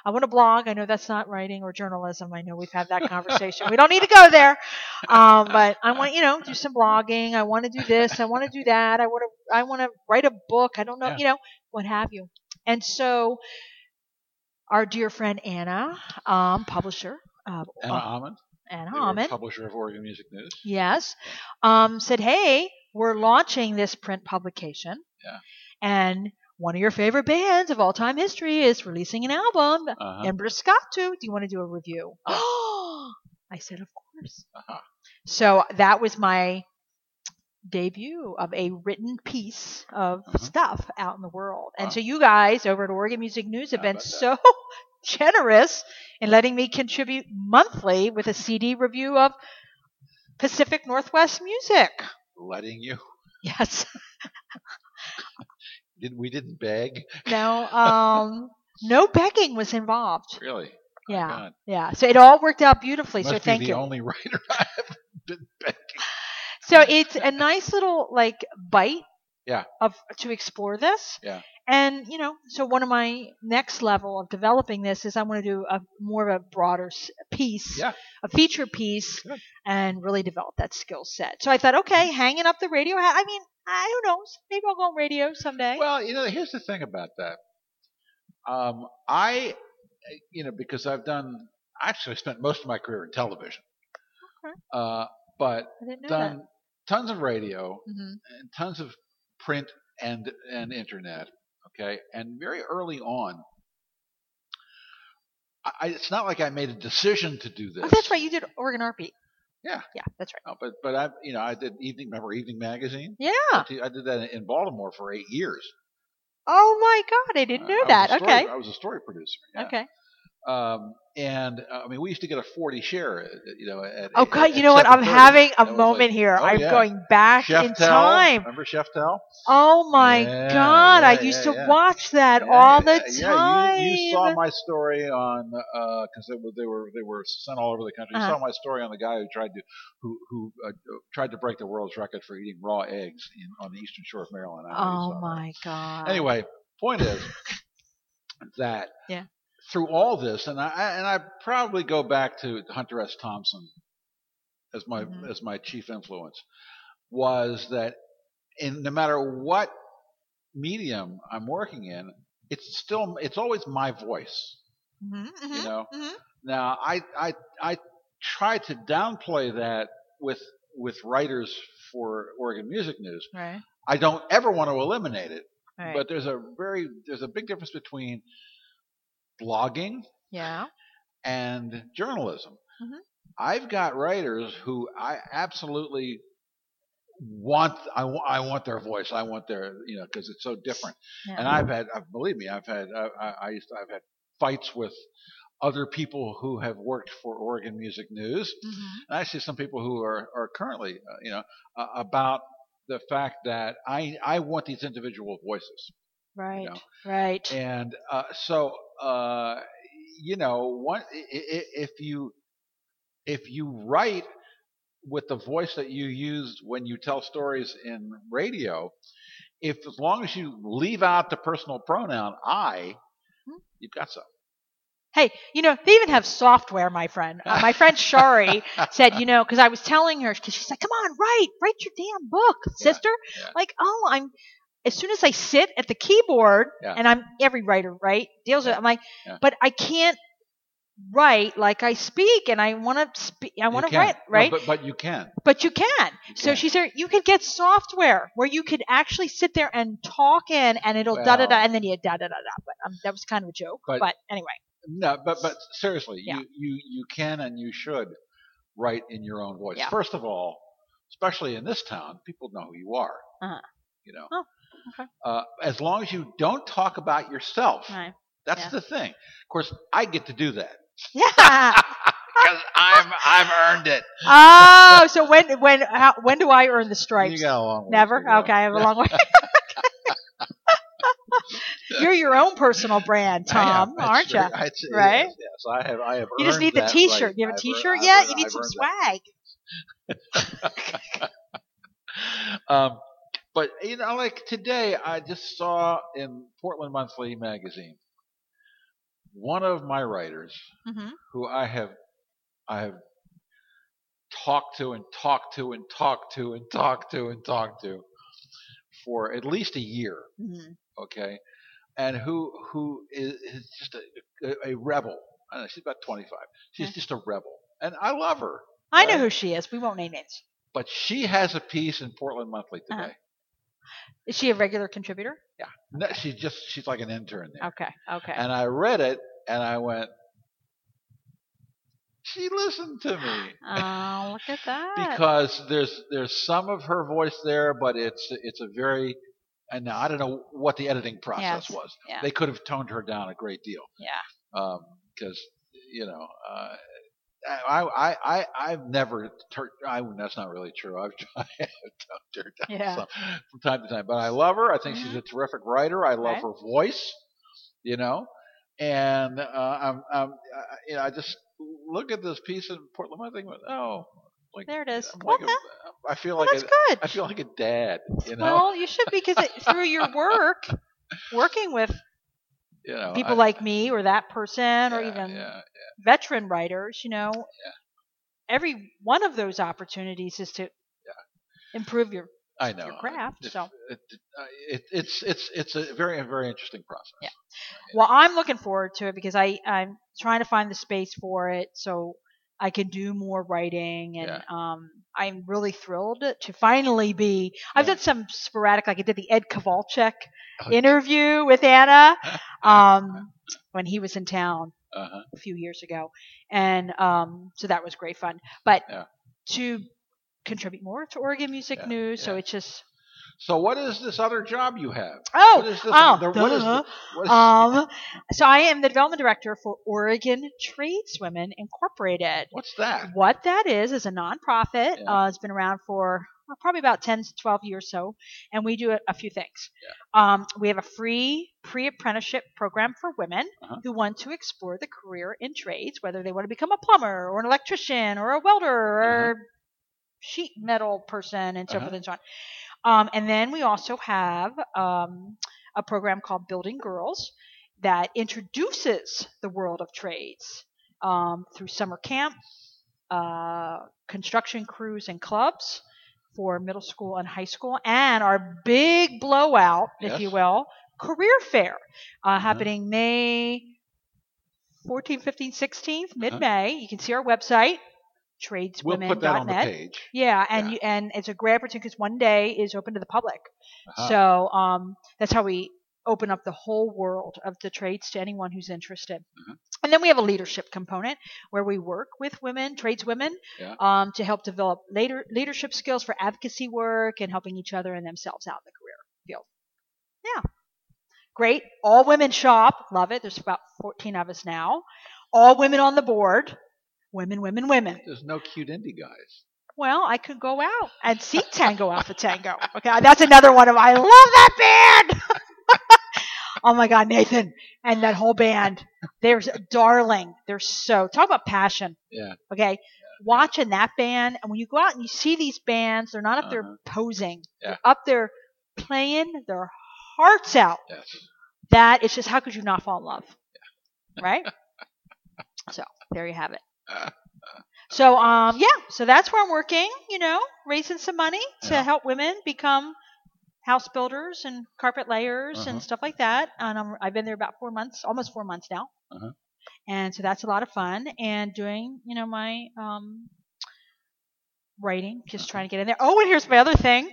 Speaker 3: I want to blog. I know that's not writing or journalism. I know we've had that conversation. we don't need to go there. Um, but I want you know do some blogging. I want to do this. I want to do that. I want to I want to write a book. I don't know
Speaker 1: Yeah.
Speaker 3: you know what have you. And so our dear friend Anna, um, publisher of
Speaker 1: Anna
Speaker 3: uh,
Speaker 1: Ahman,
Speaker 3: Anna
Speaker 1: the
Speaker 3: Hammond,
Speaker 1: publisher of Oregon Music News.
Speaker 3: yes, um, said, "Hey, we're launching this print publication,
Speaker 1: Yeah.
Speaker 3: and one of your favorite bands of all time history is releasing an album,
Speaker 1: Uh-huh.
Speaker 3: Embrascato. Do you want to do a review?" I said, "Of course."
Speaker 1: Uh-huh.
Speaker 3: So that was my debut of a written piece of
Speaker 1: Uh-huh.
Speaker 3: stuff out in the world. And
Speaker 1: Wow.
Speaker 3: so you guys over at Oregon Music News have
Speaker 1: How
Speaker 3: been
Speaker 1: about that?
Speaker 3: so generous in letting me contribute monthly with a CD review of Pacific Northwest music.
Speaker 1: Letting you.
Speaker 3: Yes.
Speaker 1: Did, we didn't beg,
Speaker 3: No, um, no begging was involved.
Speaker 1: really. My
Speaker 3: Yeah.
Speaker 1: God.
Speaker 3: Yeah. So it all worked out beautifully.
Speaker 1: Must
Speaker 3: so
Speaker 1: be
Speaker 3: thank
Speaker 1: the
Speaker 3: you.
Speaker 1: only writer I have been begging.
Speaker 3: So it's a nice little like bite.
Speaker 1: Yeah.
Speaker 3: Of to explore this.
Speaker 1: Yeah.
Speaker 3: And you know, so one of my next level of developing this is I want to do a more of a broader s- piece,
Speaker 1: Yeah.
Speaker 3: a feature piece,
Speaker 1: Good. Mm-hmm.
Speaker 3: and really develop that skill set. So I thought, okay, hanging up the radio. hat- I mean, I don't know. Maybe I'll go on radio someday.
Speaker 1: Well, you know, here's the thing about that. Um, I, you know, because I've done, I actually spent most of my career in television,
Speaker 3: Okay.
Speaker 1: uh, but
Speaker 3: I didn't know
Speaker 1: done tons of radio
Speaker 3: that. hmm
Speaker 1: and tons of print and and internet. Okay, and very early on, I, I- it's not like I made a decision to do this.
Speaker 3: Oh, that's right. You did Oregon Heartbeat.
Speaker 1: Yeah.
Speaker 3: Yeah, that's right.
Speaker 1: No, but but I, you know, I did evening. Remember Evening Magazine?
Speaker 3: Yeah.
Speaker 1: I did that in Baltimore for eight years.
Speaker 3: Oh my God, I didn't
Speaker 1: Uh,
Speaker 3: know
Speaker 1: I was
Speaker 3: that.
Speaker 1: a story-
Speaker 3: Okay.
Speaker 1: I was a story producer. yeah.
Speaker 3: Okay.
Speaker 1: Um, and uh, I mean, we used to get a 40 share, uh, you know. At,
Speaker 3: Oh
Speaker 1: at-
Speaker 3: God,
Speaker 1: at
Speaker 3: you know what? I'm
Speaker 1: 7:30.
Speaker 3: having a
Speaker 1: That was
Speaker 3: moment
Speaker 1: like
Speaker 3: here.
Speaker 1: oh,
Speaker 3: I'm
Speaker 1: yeah.
Speaker 3: going back in
Speaker 1: Cheftel.
Speaker 3: time.
Speaker 1: Remember Cheftel?
Speaker 3: Oh my
Speaker 1: Yeah,
Speaker 3: God! I
Speaker 1: yeah,
Speaker 3: used
Speaker 1: yeah,
Speaker 3: to
Speaker 1: yeah.
Speaker 3: watch that
Speaker 1: Yeah,
Speaker 3: all
Speaker 1: yeah,
Speaker 3: the
Speaker 1: yeah,
Speaker 3: time.
Speaker 1: you, you saw my story on because they were they were they were sent all over the country.
Speaker 3: Uh-huh.
Speaker 1: You saw my story on the guy who tried to who who uh, tried to break the world's record for eating raw eggs in, on the eastern shore of Maryland. I know you
Speaker 3: oh
Speaker 1: saw that.
Speaker 3: my God!
Speaker 1: Anyway, point is that
Speaker 3: Yeah.
Speaker 1: through all this, and I I- and I probably go back to Hunter S. Thompson as my
Speaker 3: Mhm.
Speaker 1: as my chief influence was that in no matter what medium I'm working in, it's still it's always my voice.
Speaker 3: Mhm, mhm,
Speaker 1: You know,
Speaker 3: mhm.
Speaker 1: now I I I try to downplay that with with writers for Oregon Music News.
Speaker 3: right,
Speaker 1: I don't ever want to eliminate it
Speaker 3: right.
Speaker 1: but there's a very there's a big difference between blogging
Speaker 3: yeah,
Speaker 1: and journalism
Speaker 3: Mhm.
Speaker 1: i've got writers who i absolutely want I, wa- I want their voice i want their you know because it's so different
Speaker 3: yeah.
Speaker 1: and i've had uh, believe me i've had I, I, I used to, i've had fights with other people who have worked for oregon music news
Speaker 3: Mhm.
Speaker 1: and actually some people who are, are currently uh, you know uh, about the fact that i i want these individual voices
Speaker 3: right,
Speaker 1: know.
Speaker 3: right.
Speaker 1: and uh, so, uh, you know, one, i- i- if you if you write with the voice that you used when you tell stories in radio, if as long as you leave out the personal pronoun I,
Speaker 3: Hmm.
Speaker 1: you've got something.
Speaker 3: Hey, you know they even have software, my friend. Uh, my friend Shari said, you know, because I was telling her, because she's like, "Come on, write, write your damn book,
Speaker 1: Yeah,
Speaker 3: sister."
Speaker 1: yeah.
Speaker 3: Like, oh, I'm. As soon as I sit at the keyboard,
Speaker 1: Yeah.
Speaker 3: and I'm every writer, right, deals with.
Speaker 1: Yeah,
Speaker 3: I'm like,
Speaker 1: yeah.
Speaker 3: but I can't write like I speak, and I want to speak. I
Speaker 1: You
Speaker 3: want to
Speaker 1: can.
Speaker 3: write,
Speaker 1: No,
Speaker 3: right?
Speaker 1: but but you can.
Speaker 3: But you can.
Speaker 1: You
Speaker 3: So
Speaker 1: can.
Speaker 3: she said you could get software where you could actually sit there and talk in, and it'll da da da,
Speaker 1: Well.
Speaker 3: and then you da da da da. But um, that was kind of a joke. But,
Speaker 1: But-
Speaker 3: anyway,
Speaker 1: No, but but seriously,
Speaker 3: Yeah.
Speaker 1: you you you can and you should write in your own voice.
Speaker 3: Yeah.
Speaker 1: First of all, especially in this town, people know who you are.
Speaker 3: Uh-huh.
Speaker 1: You know.
Speaker 3: Oh, okay.
Speaker 1: Uh, as long as you don't talk about yourself,
Speaker 3: Right.
Speaker 1: that's
Speaker 3: yeah.
Speaker 1: the thing. Of course, I get to do that
Speaker 3: yeah.
Speaker 1: because I'm I've earned it.
Speaker 3: oh, so when when how, when do I earn the stripes?
Speaker 1: You got a long way
Speaker 3: Never.
Speaker 1: to go.
Speaker 3: Okay, I have a long way. You're your own personal brand,
Speaker 1: I am.
Speaker 3: Tom,
Speaker 1: It's
Speaker 3: aren't you?
Speaker 1: very- it's-
Speaker 3: Right?
Speaker 1: Yes, yes, I have. I have.
Speaker 3: You just
Speaker 1: earned
Speaker 3: need the
Speaker 1: that
Speaker 3: T-shirt.
Speaker 1: right.
Speaker 3: You have a
Speaker 1: I've
Speaker 3: T-shirt
Speaker 1: earned-
Speaker 3: yet?
Speaker 1: I've
Speaker 3: You need
Speaker 1: earned-
Speaker 3: some
Speaker 1: I've earned
Speaker 3: swag.
Speaker 1: um, but you know, like today, I just saw in Portland Monthly magazine one of my writers
Speaker 3: hmm
Speaker 1: who I have I have talked to and talked to and talked to and talked to and talked to for at least a year,
Speaker 3: hmm
Speaker 1: okay, and who who is, is just a, a, a rebel. I don't know, she's about twenty five. She's
Speaker 3: Yeah.
Speaker 1: just a rebel, and I love her.
Speaker 3: I know
Speaker 1: Right.
Speaker 3: who she is. We won't name names.
Speaker 1: But she has a piece in Portland Monthly
Speaker 3: Uh-huh.
Speaker 1: today.
Speaker 3: Is she a regular contributor?
Speaker 1: No, she's just she's like an intern there.
Speaker 3: Okay. Okay.
Speaker 1: And I read it and I went, she listened to me
Speaker 3: Oh, look at that.
Speaker 1: because there's there's some of her voice there, but it's it's a very and I don't know what the editing process
Speaker 3: Yes,
Speaker 1: was.
Speaker 3: yeah.
Speaker 1: They could have toned her down a great deal
Speaker 3: yeah.
Speaker 1: because you know. Uh, I I I I've never tur I that's not really true. I've tried to toned her down
Speaker 3: Yeah.
Speaker 1: some, from time to time, but I love her. I think she's
Speaker 3: Mhm.
Speaker 1: a terrific writer. I love
Speaker 3: Right.
Speaker 1: her voice, you know, and uh, I'm I'm I, you know I just look at this piece in Portland. I think oh like
Speaker 3: There it is.
Speaker 1: I'm
Speaker 3: Well,
Speaker 1: like a-
Speaker 3: that-
Speaker 1: I feel
Speaker 3: well,
Speaker 1: like
Speaker 3: that's
Speaker 1: a,
Speaker 3: good.
Speaker 1: I feel like a dad, you know.
Speaker 3: Well, you should because it, through your work, working with
Speaker 1: you know
Speaker 3: people
Speaker 1: Oh, I-
Speaker 3: like me or that person or
Speaker 1: yeah,
Speaker 3: even
Speaker 1: yeah.
Speaker 3: veteran writers, you know, every one of those opportunities is to improve your.
Speaker 1: I know
Speaker 3: your craft,
Speaker 1: It's-
Speaker 3: so.
Speaker 1: it, it, it's it's it's a very very interesting process.
Speaker 3: Yeah. Well, I'm looking forward to it because I I'm trying to find the space for it so I can do more writing and
Speaker 1: Yeah.
Speaker 3: um I'm really thrilled to finally be. I've
Speaker 1: Yeah.
Speaker 3: done some sporadic, like I did the Ed Kowalczyk
Speaker 1: Oh,
Speaker 3: interview with Anna um, when he was in town.
Speaker 1: Uh-huh.
Speaker 3: a few years ago, and um, so that was great fun. But
Speaker 1: Yeah.
Speaker 3: to contribute more to Oregon Music
Speaker 1: Yeah,
Speaker 3: News, so
Speaker 1: yeah.
Speaker 3: it's just
Speaker 1: So what is this other job you have?
Speaker 3: oh
Speaker 1: what is this?
Speaker 3: oh
Speaker 1: the- what is
Speaker 3: duh.
Speaker 1: the- what is-
Speaker 3: um, so I am the development director for Oregon Tradeswomen Incorporated.
Speaker 1: what's that?
Speaker 3: What that is is a nonprofit.
Speaker 1: Yeah.
Speaker 3: Uh, it's been around for well, probably about ten to twelve years so, and we do a, a few things. Um, we have a free pre-apprenticeship program for women
Speaker 1: Uh-huh.
Speaker 3: who want to explore the career in trades, whether they want to become a plumber or an electrician or a welder or sheet metal person and so
Speaker 1: Uh-huh.
Speaker 3: forth and so on. Um, and then we also have um, a program called Building Girls that introduces the world of trades um, through summer camp, uh, construction crews, and clubs for middle school and high school, and our big blowout, if
Speaker 1: Yes. Mm-hmm.
Speaker 3: you will, career fair uh, happening May 14th, 15th, 16th, mid May. You can see our website,
Speaker 1: Mm-hmm. We'll
Speaker 3: tradeswomen.net.
Speaker 1: put that on the page.
Speaker 3: Yeah, and
Speaker 1: Yeah.
Speaker 3: You, and it's a great opportunity because one day is open to the public.
Speaker 1: Uh-huh.
Speaker 3: So um, that's how we open up the whole world of the trades to anyone who's interested.
Speaker 1: Mhm.
Speaker 3: And then we have a leadership component where we work with women, tradeswomen,
Speaker 1: Yeah.
Speaker 3: um, to help develop later leadership skills for advocacy work and helping each other and themselves out in the career field. Yeah, great. All women shop, love it. There's about 14 of us now. All women on the board. Women, women, women.
Speaker 1: There's no cute indie guys.
Speaker 3: Well, I could go out and see Tango Alpha Tango. Okay, that's another one of I love that band. oh my God, Nathan and that whole band. They're darling. They're so talk about passion.
Speaker 1: Yeah.
Speaker 3: Okay, watching that band, and when you go out and you see these bands, they're not up there
Speaker 1: Uh-huh.
Speaker 3: posing.
Speaker 1: Yeah.
Speaker 3: They're up there playing their hearts out.
Speaker 1: Yes.
Speaker 3: That it's just how could you not fall in love, right? so there you have it. So um yeah, so that's where I'm working, you know, raising some money to
Speaker 1: Yeah.
Speaker 3: help women become house builders and carpet layers and
Speaker 1: Uh-huh.
Speaker 3: stuff like that. And I'm, I've been there about four months, almost four months now.
Speaker 1: Uh-huh.
Speaker 3: And so that's a lot of fun and doing, you know, my um, writing, just
Speaker 1: Uh-huh.
Speaker 3: trying to get in there. Oh, and here's my other thing.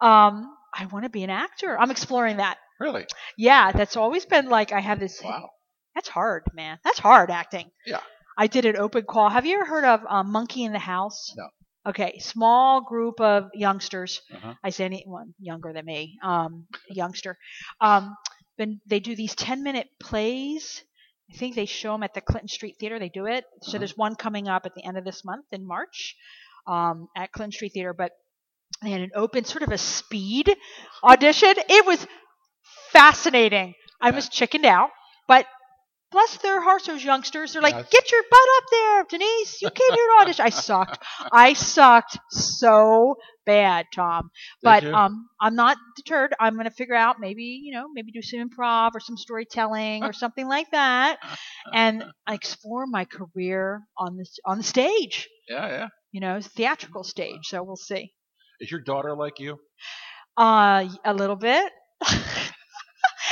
Speaker 3: Um, I want to be an actor. I'm exploring that.
Speaker 1: Really?
Speaker 3: Yeah, that's always been like I have this
Speaker 1: Wow.
Speaker 3: that's hard, man. That's hard acting.
Speaker 1: Yeah.
Speaker 3: I did an open call. Have you ever heard of um, Monkey in the House?
Speaker 1: No.
Speaker 3: Okay, small group of youngsters.
Speaker 1: Uh-huh.
Speaker 3: I say anyone younger than me, um, a youngster. Um, then they do these ten-minute plays. I think they show them at the Clinton Street Theater. They do it. So
Speaker 1: Uh-huh.
Speaker 3: there's one coming up at the end of this month in March um, at Clinton Street Theater. But they had an open, sort of a speed audition. It was fascinating. I
Speaker 1: Yeah.
Speaker 3: was chickened out, but bless their hearts, those youngsters. They're like,
Speaker 1: Yeah.
Speaker 3: get your butt up there, Denise. You came here to audition. I sucked. I sucked so bad, Tom. But
Speaker 1: you?
Speaker 3: um, I'm not deterred. I'm going to figure out maybe you know maybe do some improv or some storytelling or something like that, and explore my career on this on the stage.
Speaker 1: yeah, yeah.
Speaker 3: You know, theatrical stage. So we'll see.
Speaker 1: Is your daughter like you?
Speaker 3: Uh, y- a little bit.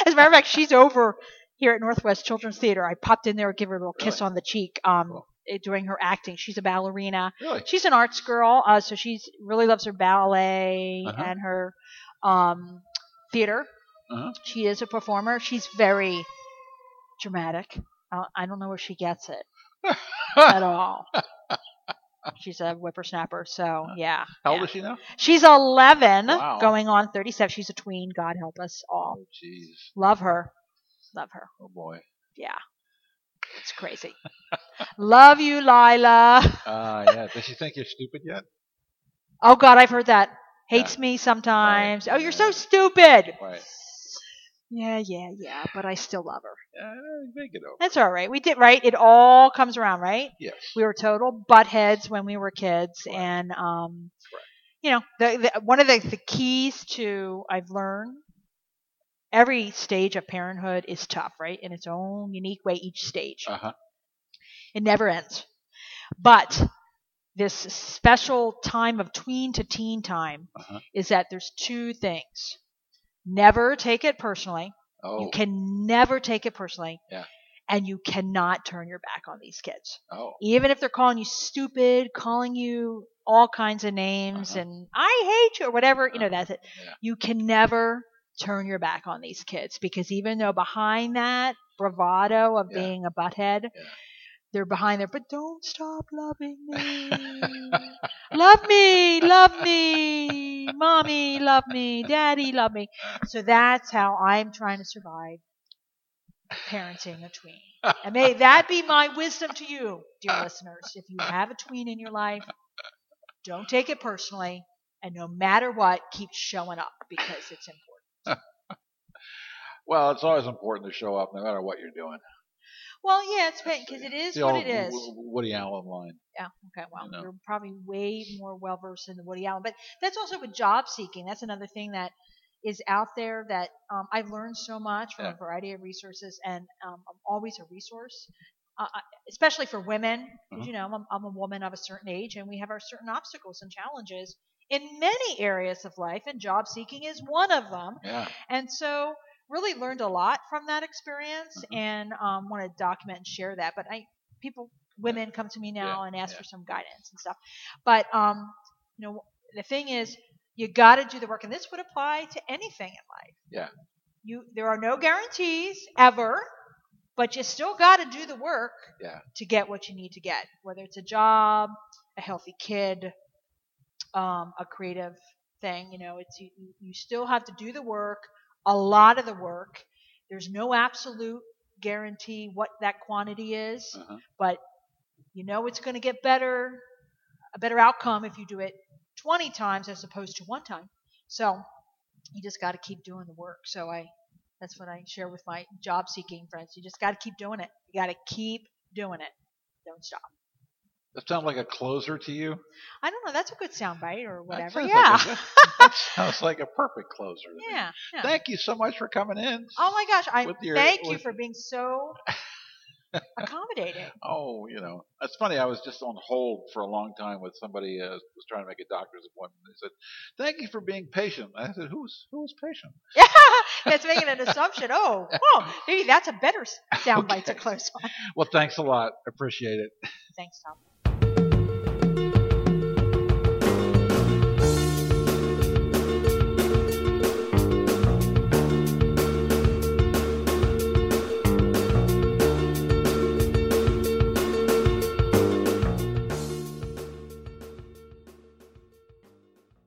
Speaker 3: As a matter of fact, she's over here at Northwest Children's Theater. I popped in there, give her a little kiss
Speaker 1: Really?
Speaker 3: on the cheek. Um,
Speaker 1: Cool.
Speaker 3: eh, doing her acting, she's a ballerina.
Speaker 1: Really?
Speaker 3: She's an arts girl, uh, so she's really loves her ballet
Speaker 1: Uh-huh.
Speaker 3: and her um, theater.
Speaker 1: Uh-huh.
Speaker 3: She is a performer. She's very dramatic. Uh, I don't know where she gets it at all. She's a whippersnapper, so yeah.
Speaker 1: How
Speaker 3: yeah.
Speaker 1: old is she now?
Speaker 3: She's 11,
Speaker 1: Wow.
Speaker 3: going on 37. She's a tween. God help us all.
Speaker 1: Oh, jeez.
Speaker 3: Love her. Love her.
Speaker 1: Oh boy.
Speaker 3: Yeah. It's crazy. Love you, Lila.
Speaker 1: Uh, yeah. Does she think you're stupid yet?
Speaker 3: Oh, God, I've heard that.
Speaker 1: Yeah.
Speaker 3: Hates me sometimes.
Speaker 1: Right.
Speaker 3: Oh, you're so stupid.
Speaker 1: Right.
Speaker 3: Yeah, yeah, yeah. But I still love her.
Speaker 1: Yeah, make it over.
Speaker 3: That's all right. We did, right? It all comes around, right?
Speaker 1: Yes.
Speaker 3: we were total buttheads when we were kids
Speaker 1: Right.
Speaker 3: and um
Speaker 1: Right.
Speaker 3: you know the, the one of the, the keys to i've learned every stage of parenthood is tough right in its own unique way each stage
Speaker 1: Uh huh.
Speaker 3: it never ends but this special time of tween to teen time
Speaker 1: Uh-huh.
Speaker 3: is that there's two things never take it personally
Speaker 1: Oh.
Speaker 3: you can never take it personally
Speaker 1: Yeah.
Speaker 3: and you cannot turn your back on these kids
Speaker 1: Oh.
Speaker 3: even if they're calling you stupid, calling you all kinds of names
Speaker 1: Uh-huh.
Speaker 3: and I hate you or whatever, you know, that's it.
Speaker 1: Yeah.
Speaker 3: You can never turn your back on these kids because even though behind that bravado of
Speaker 1: Yeah.
Speaker 3: being a butthead,
Speaker 1: Yeah.
Speaker 3: they're behind there, but don't stop loving me. love me, love me, mommy, love me, daddy, love me. So that's how I'm trying to survive parenting a tween. And may that be my wisdom to you, dear listeners. If you have a tween in your life, don't take it personally. And no matter what, keep showing up because it's important.
Speaker 1: Well, it's always important to show up no matter what you're doing.
Speaker 3: Well, yeah, it's because it is
Speaker 1: The
Speaker 3: what
Speaker 1: old
Speaker 3: it is.
Speaker 1: W- Woody Allen line.
Speaker 3: Yeah. Okay. Well,
Speaker 1: you know.
Speaker 3: you're probably way more well versed in the Woody Allen, but that's also with job seeking. That's another thing that is out there that um, I've learned so much from
Speaker 1: Yeah.
Speaker 3: a variety of resources, and um, I'm always a resource, uh, uh, especially for women. 'cause,
Speaker 1: Mhm.
Speaker 3: You know, I'm, I'm a woman of a certain age, and we have our certain obstacles and challenges in many areas of life, and job seeking is one of them.
Speaker 1: Yeah.
Speaker 3: And so, really learned a lot from that experience,
Speaker 1: Mhm.
Speaker 3: and um, want to document and share that. But I people women come to me now and ask
Speaker 1: yeah.
Speaker 3: for some guidance and stuff. But um, you know, the thing is, you got to do the work, and this would apply to anything in life.
Speaker 1: Yeah.
Speaker 3: You there are no guarantees ever, but you still got to do the work.
Speaker 1: Yeah.
Speaker 3: To get what you need to get, whether it's a job, a healthy kid, um, a creative thing, you know, it's you, you- you still have to do the work, a lot of the work. There's no absolute guarantee what that quantity is
Speaker 1: Uh-huh.
Speaker 3: but you know it's going to get better a better outcome if you do it 20 times as opposed to one time so you just got to keep doing the work so i that's what i share with my job seeking friends you just got to keep doing it you got to keep doing it don't stop
Speaker 1: That sounds like a closer to you.
Speaker 3: i don't know that's a good soundbite or
Speaker 1: That
Speaker 3: whatever
Speaker 1: sounds
Speaker 3: yeah
Speaker 1: Like a, that sounds like a perfect closer. to me.
Speaker 3: yeah, yeah.
Speaker 1: Thank you so much for coming in.
Speaker 3: oh my gosh i
Speaker 1: With your-
Speaker 3: thank you
Speaker 1: with-
Speaker 3: for being so accommodating
Speaker 1: Oh, you know, it's funny. I was just on hold for a long time with somebody uh, was trying to make a doctor's appointment. They said, "Thank you for being patient." I said, "Who's who's patient?"
Speaker 3: yeah that's making an assumption oh whoa maybe that's a better soundbite to
Speaker 1: Okay.
Speaker 3: close on
Speaker 1: Well, thanks a lot. Appreciate it.
Speaker 3: thanks tom